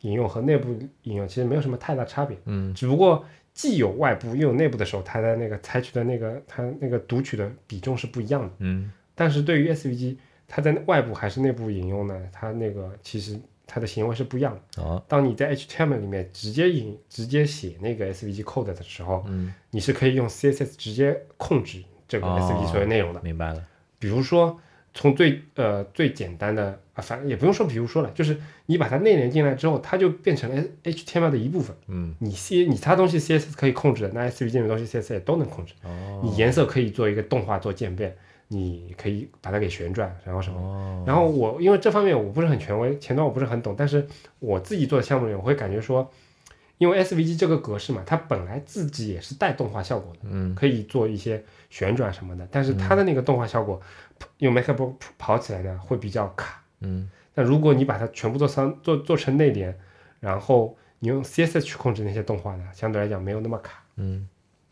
S2: 引用和内部引用其实没有什么太大差别，嗯，只不过既有外部又有内部的时候，它的那个采取的那个它那个读取的比重是不一样的。
S1: 嗯
S2: 但是对于 SVG，它在外部还是内部引用呢，它那个其实它的行为是不一样的。
S1: 哦
S2: 当你在 HTML 里面直接引直接写那个 SVG code 的时候，
S1: 嗯，
S2: 你是可以用 CSS 直接控制这个
S1: 哦
S2: SVG 所有内容的。
S1: 明白了，
S2: 比如说，从最呃最简单的啊，反正也不用说，比如说了，就是你把它内联进来之后，它就变成了 H- HTML 的一部分。
S1: 嗯
S2: 你 C 你其他东西 CSS 可以控制的，那 SVG 的东西 CSS 也都能控制。
S1: 哦
S2: 你颜色可以做一个动画做渐变，你可以把它给旋转，然后什么。
S1: 哦
S2: 然后我因为这方面我不是很权威，前端我不是很懂，但是我自己做的项目里，我会感觉说，因为 SVG 这个格式嘛，它本来自己也是带动画效果的，
S1: 嗯
S2: 可以做一些旋转什么的，但是它的那个动画效果、用 Maker Pro 跑起来呢会比较卡。
S1: 嗯
S2: 但如果你把它全部做成做做成内联，然后你用 CSS 去控制那些动画呢，相对来讲没有那么卡。
S1: 嗯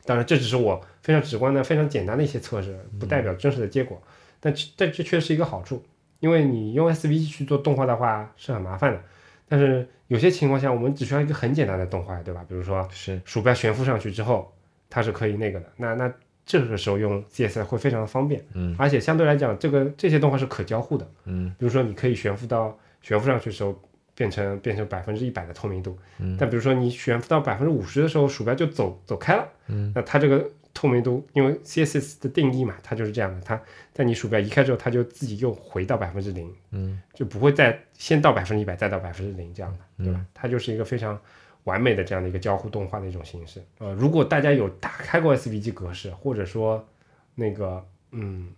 S2: 当然，这只是我非常直观的、非常简单的一些测试，不代表真实的结果。但这但这确实是一个好处，因为你用 SVG 去做动画的话是很麻烦的。但是有些情况下，我们只需要一个很简单的动画，对吧？比如说
S1: 是
S2: 鼠标悬浮上去之后，它是可以那个的。那那这个时候用 CSS 会非常的方便，
S1: 嗯，
S2: 而且相对来讲，这个这些动画是可交互的。
S1: 嗯
S2: 比如说你可以悬浮到悬浮上去的时候，变成变成百分之一百的透明度。
S1: 嗯
S2: 但比如说你悬浮到百分之五十的时候，鼠标就走走开了。
S1: 嗯
S2: 那它这个透明度，因为 CSS 的定义嘛，它就是这样的，它在你鼠标移开之后，它就自己又回到百分之零，
S1: 嗯
S2: 就不会再先到百分之一百，再到百分之零这样
S1: 嗯
S2: 的，对吧？它就是一个非常完美的这样的一个交互动画的一种形式。呃，如果大家有打开过 SVG 格式，或者说那个嗯。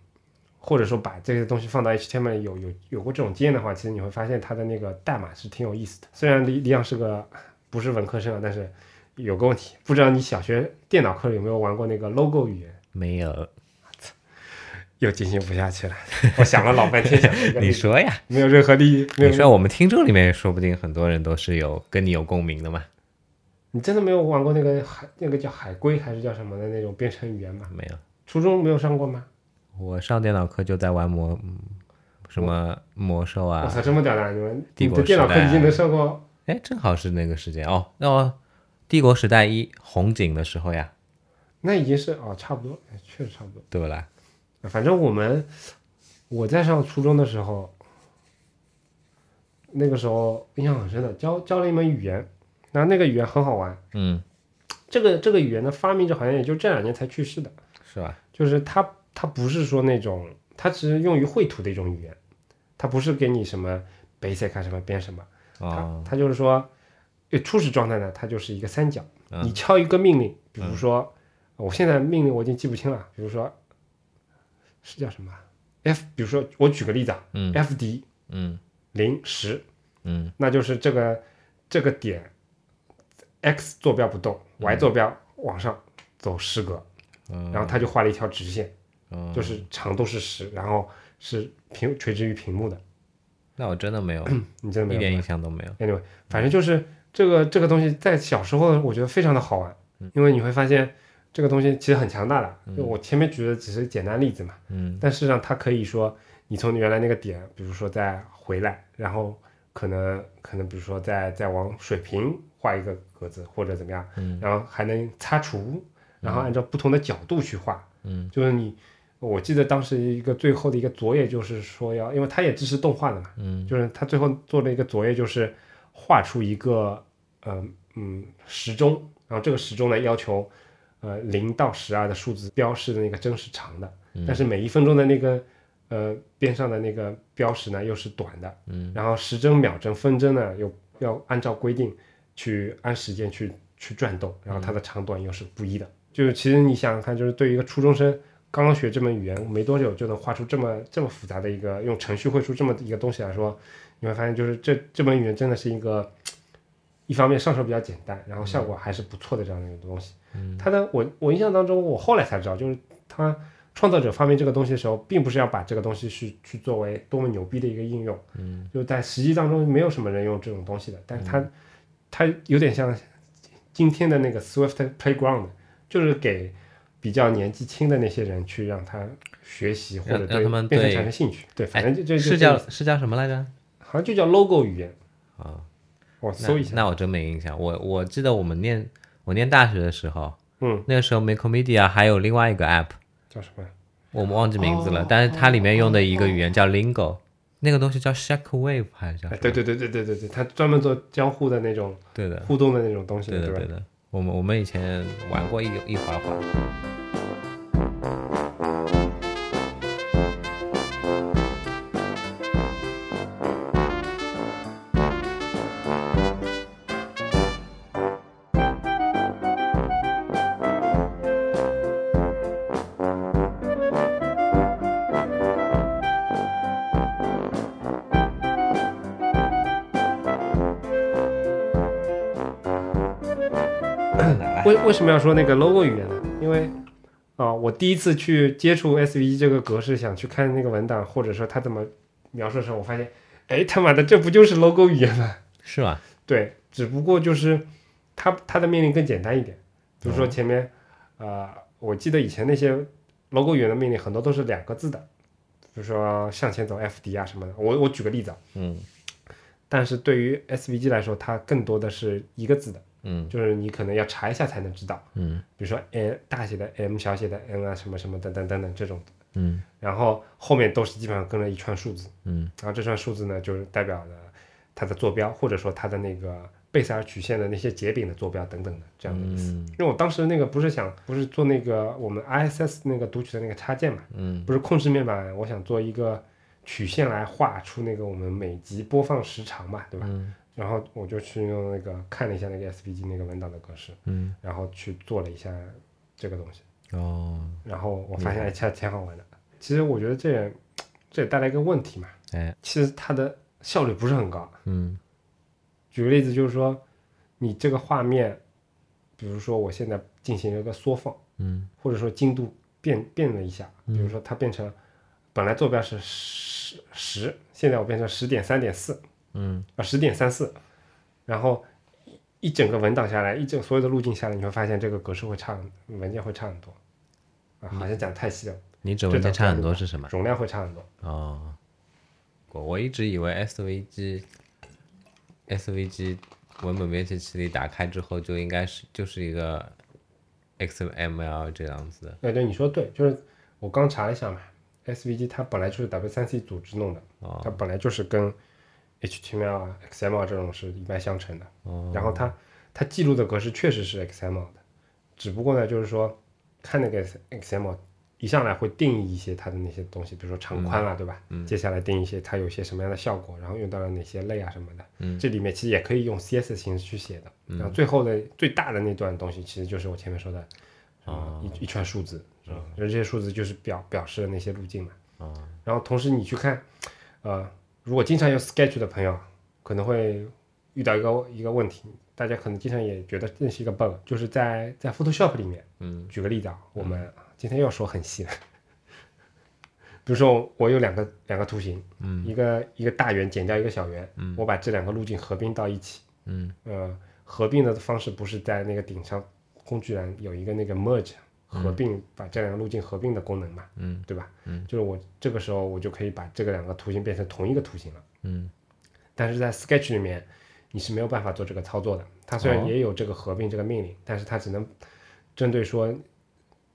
S2: 或者说把这些东西放到 HTML 里有有有过这种经验的话，其实你会发现它的那个代码是挺有意思的。虽然李李阳是个不是文科生啊，但是有个问题，不知道你小学电脑课有没有玩过那个 logo 语言？
S1: 没有，
S2: 又进行不下去了，我想了老半天，想了一 个
S1: 你
S2: 例子
S1: 说呀，
S2: 没有任何利益，没
S1: 你
S2: 有任何，
S1: 说啊我们听众里面说不定很多人都是有跟你有共鸣的嘛，
S2: 你真的没有玩过那个海那个叫海龟还是叫什么的那种编程语言吗？
S1: 没有，
S2: 初中没有上过吗？
S1: 我上电脑课就在玩魔，嗯什么魔兽
S2: 我
S1: 啊，
S2: 操，这么屌的！你们
S1: 帝
S2: 你
S1: 国
S2: 的
S1: 时代
S2: 电脑课已经能上过
S1: 哎，正好是那个时间哦，那我帝国时代一红警的时候呀，
S2: 那已经是哦，差不多，哎确实差不多。
S1: 对不啦？
S2: 反正我们我在上初中的时候，那个时候印象很深的，教教了一门语言，然后那个语言很好玩。
S1: 嗯，
S2: 这个这个语言的发明者好像也就这两年才去世的，
S1: 是吧？
S2: 就是它它不是说那种，它只是用于绘图的一种语言，它不是给你什么 basic 啊什么编什么，它
S1: 哦，
S2: 它就是说，呃初始状态呢，它就是一个三角，
S1: 嗯
S2: 你敲一个命令，比如说，我现在命令我已经记不清了，比如说是叫什么啊 f，比如说我举个例子啊、
S1: 嗯
S2: f d
S1: 嗯
S2: 零十，
S1: 嗯
S2: 那就是这个这个点 x 坐标不动，y 坐标往上走十格，
S1: 嗯
S2: 然后他就画了一条直线，
S1: 嗯，
S2: 就是长度是十，然后是平垂直于屏幕的。
S1: 那我真的没有，
S2: 你真的
S1: 一
S2: 没
S1: 点
S2: 有
S1: 印象都没有。
S2: ？Anyway，反正就是这个这个东西在小时候我觉得非常的好玩，
S1: 嗯
S2: 因为你会发现这个东西其实很强大的。就我前面举的只是简单例子嘛，
S1: 嗯
S2: 但事实上它可以说你从原来那个点，比如说再回来，然后可能可能比如说再再往水平画一个格子或者怎么样，
S1: 嗯
S2: 然后还能擦除，然后按照不同的角度去画，
S1: 嗯，
S2: 就是你。我记得当时一个最后的一个作业就是说要，因为它也支持动画的嘛，
S1: 嗯
S2: 就是他最后做了一个作业，就是画出一个呃嗯时钟，然后这个时钟呢要求呃零到十二的数字标示的那个针是长的，
S1: 嗯
S2: 但是每一分钟的那个呃边上的那个标识呢又是短的，
S1: 嗯，
S2: 然后时针、秒针、分针呢又要按照规定去按时间去去转动，然
S1: 嗯
S2: 后它的长短又是不一的。就是其实你想想看，就是对于一个初中生刚刚学这门语言没多久就能画出这么这么复杂的一个用程序绘出这么一个东西来说，你会发现就是这这门语言真的是一个。一方面上手比较简单，
S1: 嗯
S2: 然后效果还是不错的这样的一个东西。嗯、它的我我印象当中，我后来才知道，就是它创造者发明这个东西的时候，并不是要把这个东西去去作为多么牛逼的一个应用，嗯，就在实际当中没有什么人用这种东西的，但是
S1: 嗯
S2: 它、它有点像今天的那个 Swift Playground，就是给比较年纪轻的那些人去让他学习或
S1: 让
S2: 者
S1: 让他们
S2: 变成
S1: 对
S2: 产生兴趣。对，
S1: 哎
S2: 反正就就就是
S1: 叫是叫什么来着？
S2: 好像就叫 logo 语言，
S1: 啊，
S2: 我
S1: 那
S2: 搜一下。
S1: 那我真没印象。我我记得我们念我念大学的时候，
S2: 嗯，
S1: 那个时候 Makemedia 还有另外一个 app，
S2: 叫什么呀？
S1: 我们忘记名字了，
S2: 哦
S1: 但是它里面用的一个语言叫 Lingo，那个东西叫 Shockwave 还是叫
S2: 哎，
S1: 什
S2: 对
S1: 么？
S2: 对对对对对对，它专门做交互的那种
S1: 对的，
S2: 互动的那种东西
S1: 对
S2: 的，
S1: 的，
S2: 吧
S1: 对？的。我们我们以前玩过一一会儿会儿。
S2: 为为什么要说那个 logo 语言呢？因为啊、我第一次去接触 SVE 这个格式，想去看那个文档，或者说它怎么描述的时候，我发现，哎，他妈的，这不就是 logo 语言吗？
S1: 是吧？
S2: 对，只不过就是它它的命令更简单一点，比如
S1: 哦
S2: 说前面，呃，我记得以前那些 logo 语言的命令很多都是两个字的，比如说向前走 FD 啊什么的。我我举个例子啊，
S1: 嗯
S2: 但是对于 SVG 来说，它更多的是一个字的，
S1: 嗯
S2: 就是你可能要查一下才能知道，
S1: 嗯
S2: 比如说 N 大写的 M 小写的 N 啊什么什么等等等等这种，
S1: 嗯
S2: 然后后面都是基本上跟了一串数字，
S1: 嗯
S2: 然后这串数字呢，就是代表了它的坐标，或者说它的那个贝塞尔曲线的那些节点的坐标等等的这样的意思。
S1: 嗯
S2: 因为我当时那个不是想，不是做那个我们 ISS 那个读取的那个插件嘛，
S1: 嗯
S2: 不是控制面板，我想做一个曲线来画出那个我们每集播放时长嘛，对吧？
S1: 嗯
S2: 然后我就去用那个看了一下那个 SVG 那个文档的格式，
S1: 嗯
S2: 然后去做了一下这个东西，
S1: 哦，
S2: 然后我发现哎，这挺好玩的。其实我觉得这也这也带来一个问题嘛，
S1: 哎
S2: 其实它的效率不是很高。
S1: 嗯
S2: 举个例子，就是说，你这个画面，比如说我现在进行了一个缩放，
S1: 嗯
S2: 或者说精度变变了一下，比如说它变成本来坐标是十十，现在我变成十点三点四
S1: 嗯
S2: 啊，十点三四，然后一一整个文档下来，一整所有的路径下来，你会发现这个格式会差很，文件会差很多啊，好像讲太细了，
S1: 你指纹
S2: 这
S1: 间
S2: 倒
S1: 差很
S2: 是
S1: 多是什么？
S2: 容量会差很多。
S1: 哦，我我一直以为 SVG SVG 文本编辑器里打开之后就应该是就是一个 XML 这样子的
S2: 哎，对，你说对，就是我刚查了一下嘛，SVG 它本来就是 W 3 C 组织弄的，它
S1: 哦
S2: 本来就是跟 HTML 啊、XML 这种是一脉相承的。
S1: 哦
S2: 然后它它记录的格式确实是 XML 的，只不过呢，就是说看那个 XML 一上来会定义一些它的那些东西，比如说长宽啦、对吧？接下来定义一些它有些什么样的效果，然后用到了哪些类啊什么的。
S1: 嗯
S2: 这里面其实也可以用 CS 形式去写的。然后最后的最大的那段东西，其实就是我前面说的，啊、一一串数字，是
S1: 啊
S2: 吧？就是这些数字就是表表示的那些路径嘛。
S1: 哦
S2: 然后同时你去看，呃，如果经常用 Sketch 的朋友，可能会遇到一个一个问题，大家可能经常也觉得这是一个 bug，就是在在 Photoshop 里面，
S1: 嗯
S2: 举个例子啊，我们今天又要说很细了， 比如说我有两个两个图形，
S1: 嗯
S2: 一个一个大圆减掉一个小圆，
S1: 嗯
S2: 我把这两个路径合并到一起，
S1: 嗯
S2: 呃，合并的方式不是在那个顶上工具栏有一个那个 merge 合并，把这两个路径合并的功能嘛，
S1: 嗯，
S2: 对吧？
S1: 嗯，
S2: 就是我这个时候我就可以把这个两个图形变成同一个图形了。
S1: 嗯
S2: 但是在 Sketch 里面你是没有办法做这个操作的。它虽然
S1: 哦
S2: 也有这个合并这个命令，但是它只能针对说，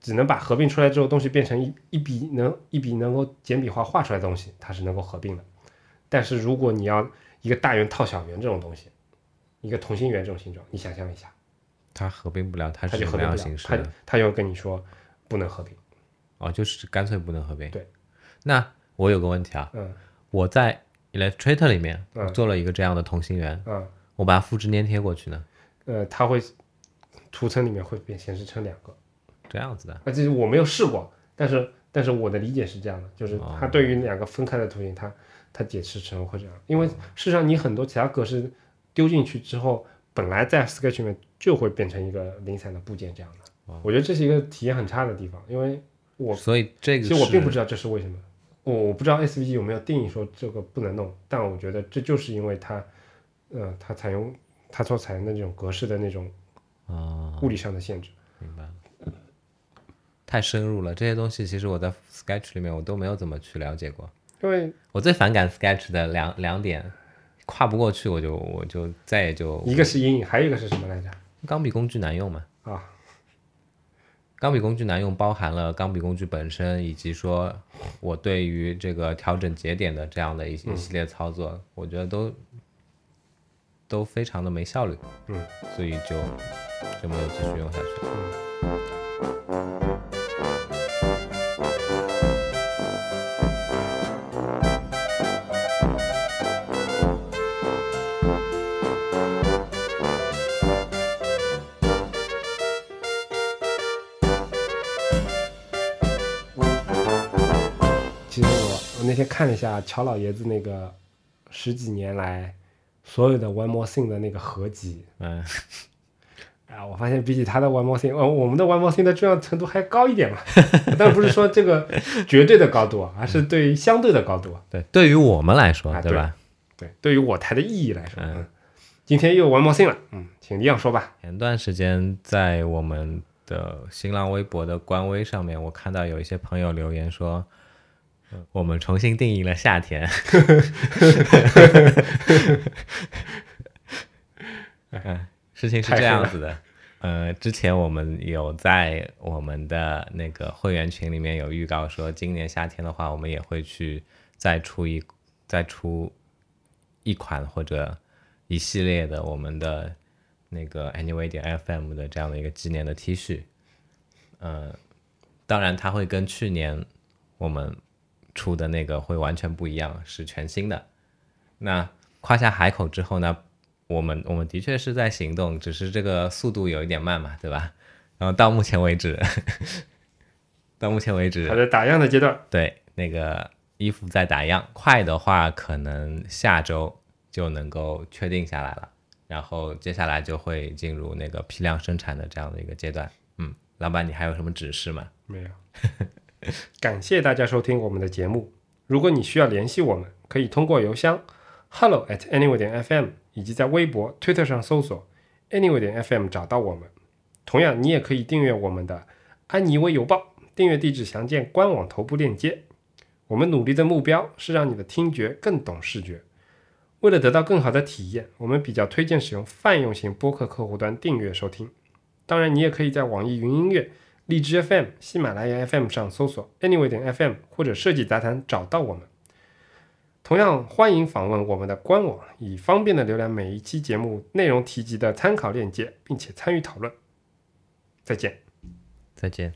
S2: 只能把合并出来之后东西变成一一笔能一笔能够简笔画画出来的东西，它是能够合并的。但是如果你要一个大圆套小圆这种东西，一个同心圆这种形状，你想象一下，
S1: 它合并不了，它
S2: 它
S1: 是什
S2: 就
S1: 么
S2: 合并不
S1: 样
S2: 了
S1: 形，式
S2: 它
S1: 的？
S2: 它就跟你说不能合并。
S1: 哦，就是干脆不能合并。
S2: 对，
S1: 那我有个问题啊，
S2: 嗯
S1: 我在 Illustrator 里面
S2: 嗯
S1: 做了一个这样的同心圆，
S2: 啊
S1: 我把它复制粘贴过去呢，
S2: 呃，它会图层里面会变显示成两个。
S1: 这样子的。
S2: 啊，这是我没有试过，但是但是我的理解是这样的，就是
S1: 哦
S2: 它对于两个分开的图形，它它解释成会这样，因为
S1: 哦
S2: 事实上你很多其他格式丢进去之后，本来在 Sketch 里面就会变成一个零散的部件这样的。
S1: 哦
S2: 我觉得这是一个体验很差的地方，因为我
S1: 所以这个
S2: 其实我
S1: 是
S2: 并不知道这是为什么，我我不知道 SVG 有没有定义说这个不能弄，但我觉得这就是因为它，呃，它采用它所采用的那种格式的那种
S1: 哦，
S2: 物理上的限制。
S1: 明白了。太深入了。这些东西其实我在 Sketch 里面我都没有怎么去了解过。
S2: 因为
S1: 我最反感 Sketch 的两两点，跨不过去我就我就再也就
S2: 一个是阴影，还有一个是什么来着？
S1: 钢笔工具难用嘛。
S2: 啊，
S1: 钢笔工具难用包含了钢笔工具本身，以及说我对于这个调整节点的这样的一些系列操作，我觉得都都非常的没效率，
S2: 嗯，
S1: 所以就就没有继续用下去了。
S2: 其实我我那天看了一下乔老爷子那个十几年来所有的 One More Thing 的那个合集，
S1: 嗯，
S2: 啊，我发现比起他的 One More Thing，呃，我们的 One More Thing 的重要程度还高一点嘛。 当然不是说这个绝对的高度啊，而是对于相对的高度啊。
S1: 对，对于我们来说，
S2: 啊
S1: 对吧？
S2: 对，对于我台的意义来说，
S1: 嗯
S2: 嗯，今天又有 One More Thing 了，嗯，请你要说吧。
S1: 前段时间在我们的新浪微博的官微上面，我看到有一些朋友留言说，呃我们重新定义了夏天。嗯，事情是这样子的。呃，之前我们有在我们的那个会员群里面有预告说，今年夏天的话，我们也会去再出一再出一款或者一系列的我们的那个 Anyway 点 FM 的这样的一个纪念的 T 恤。呃，当然它会跟去年我们出的那个会完全不一样，是全新的。那夸下海口之后呢，我们我们的确是在行动，只是这个速度有一点慢嘛，对吧？然后到目前为止， 到目前为止
S2: 还，在打样的阶段，
S1: 对，那个衣服在打样，快的话可能下周就能够确定下来了，然后接下来就会进入那个批量生产的这样的一个阶段。嗯，老板，你还有什么指示吗？
S2: 没有。 感谢大家收听我们的节目。如果你需要联系我们，可以通过邮箱 hello at anyway 点 fm，以及在微博、推特上搜索 anyway 点 fm 找到我们。同样，你也可以订阅我们的安妮微邮报，订阅地址详见官网头部链接。我们努力的目标是让你的听觉更懂视觉。为了得到更好的体验，我们比较推荐使用泛用型播客客户端订阅收听。当然，你也可以在网易云音乐、荔枝 FM、喜马拉雅 FM 上搜索 Anyway 点 FM 或者设计杂谈找到我们。同样，欢迎访问我们的官网，以方便的浏览每一期节目内容提及的参考链接，并且参与讨论。再见。
S1: 再见。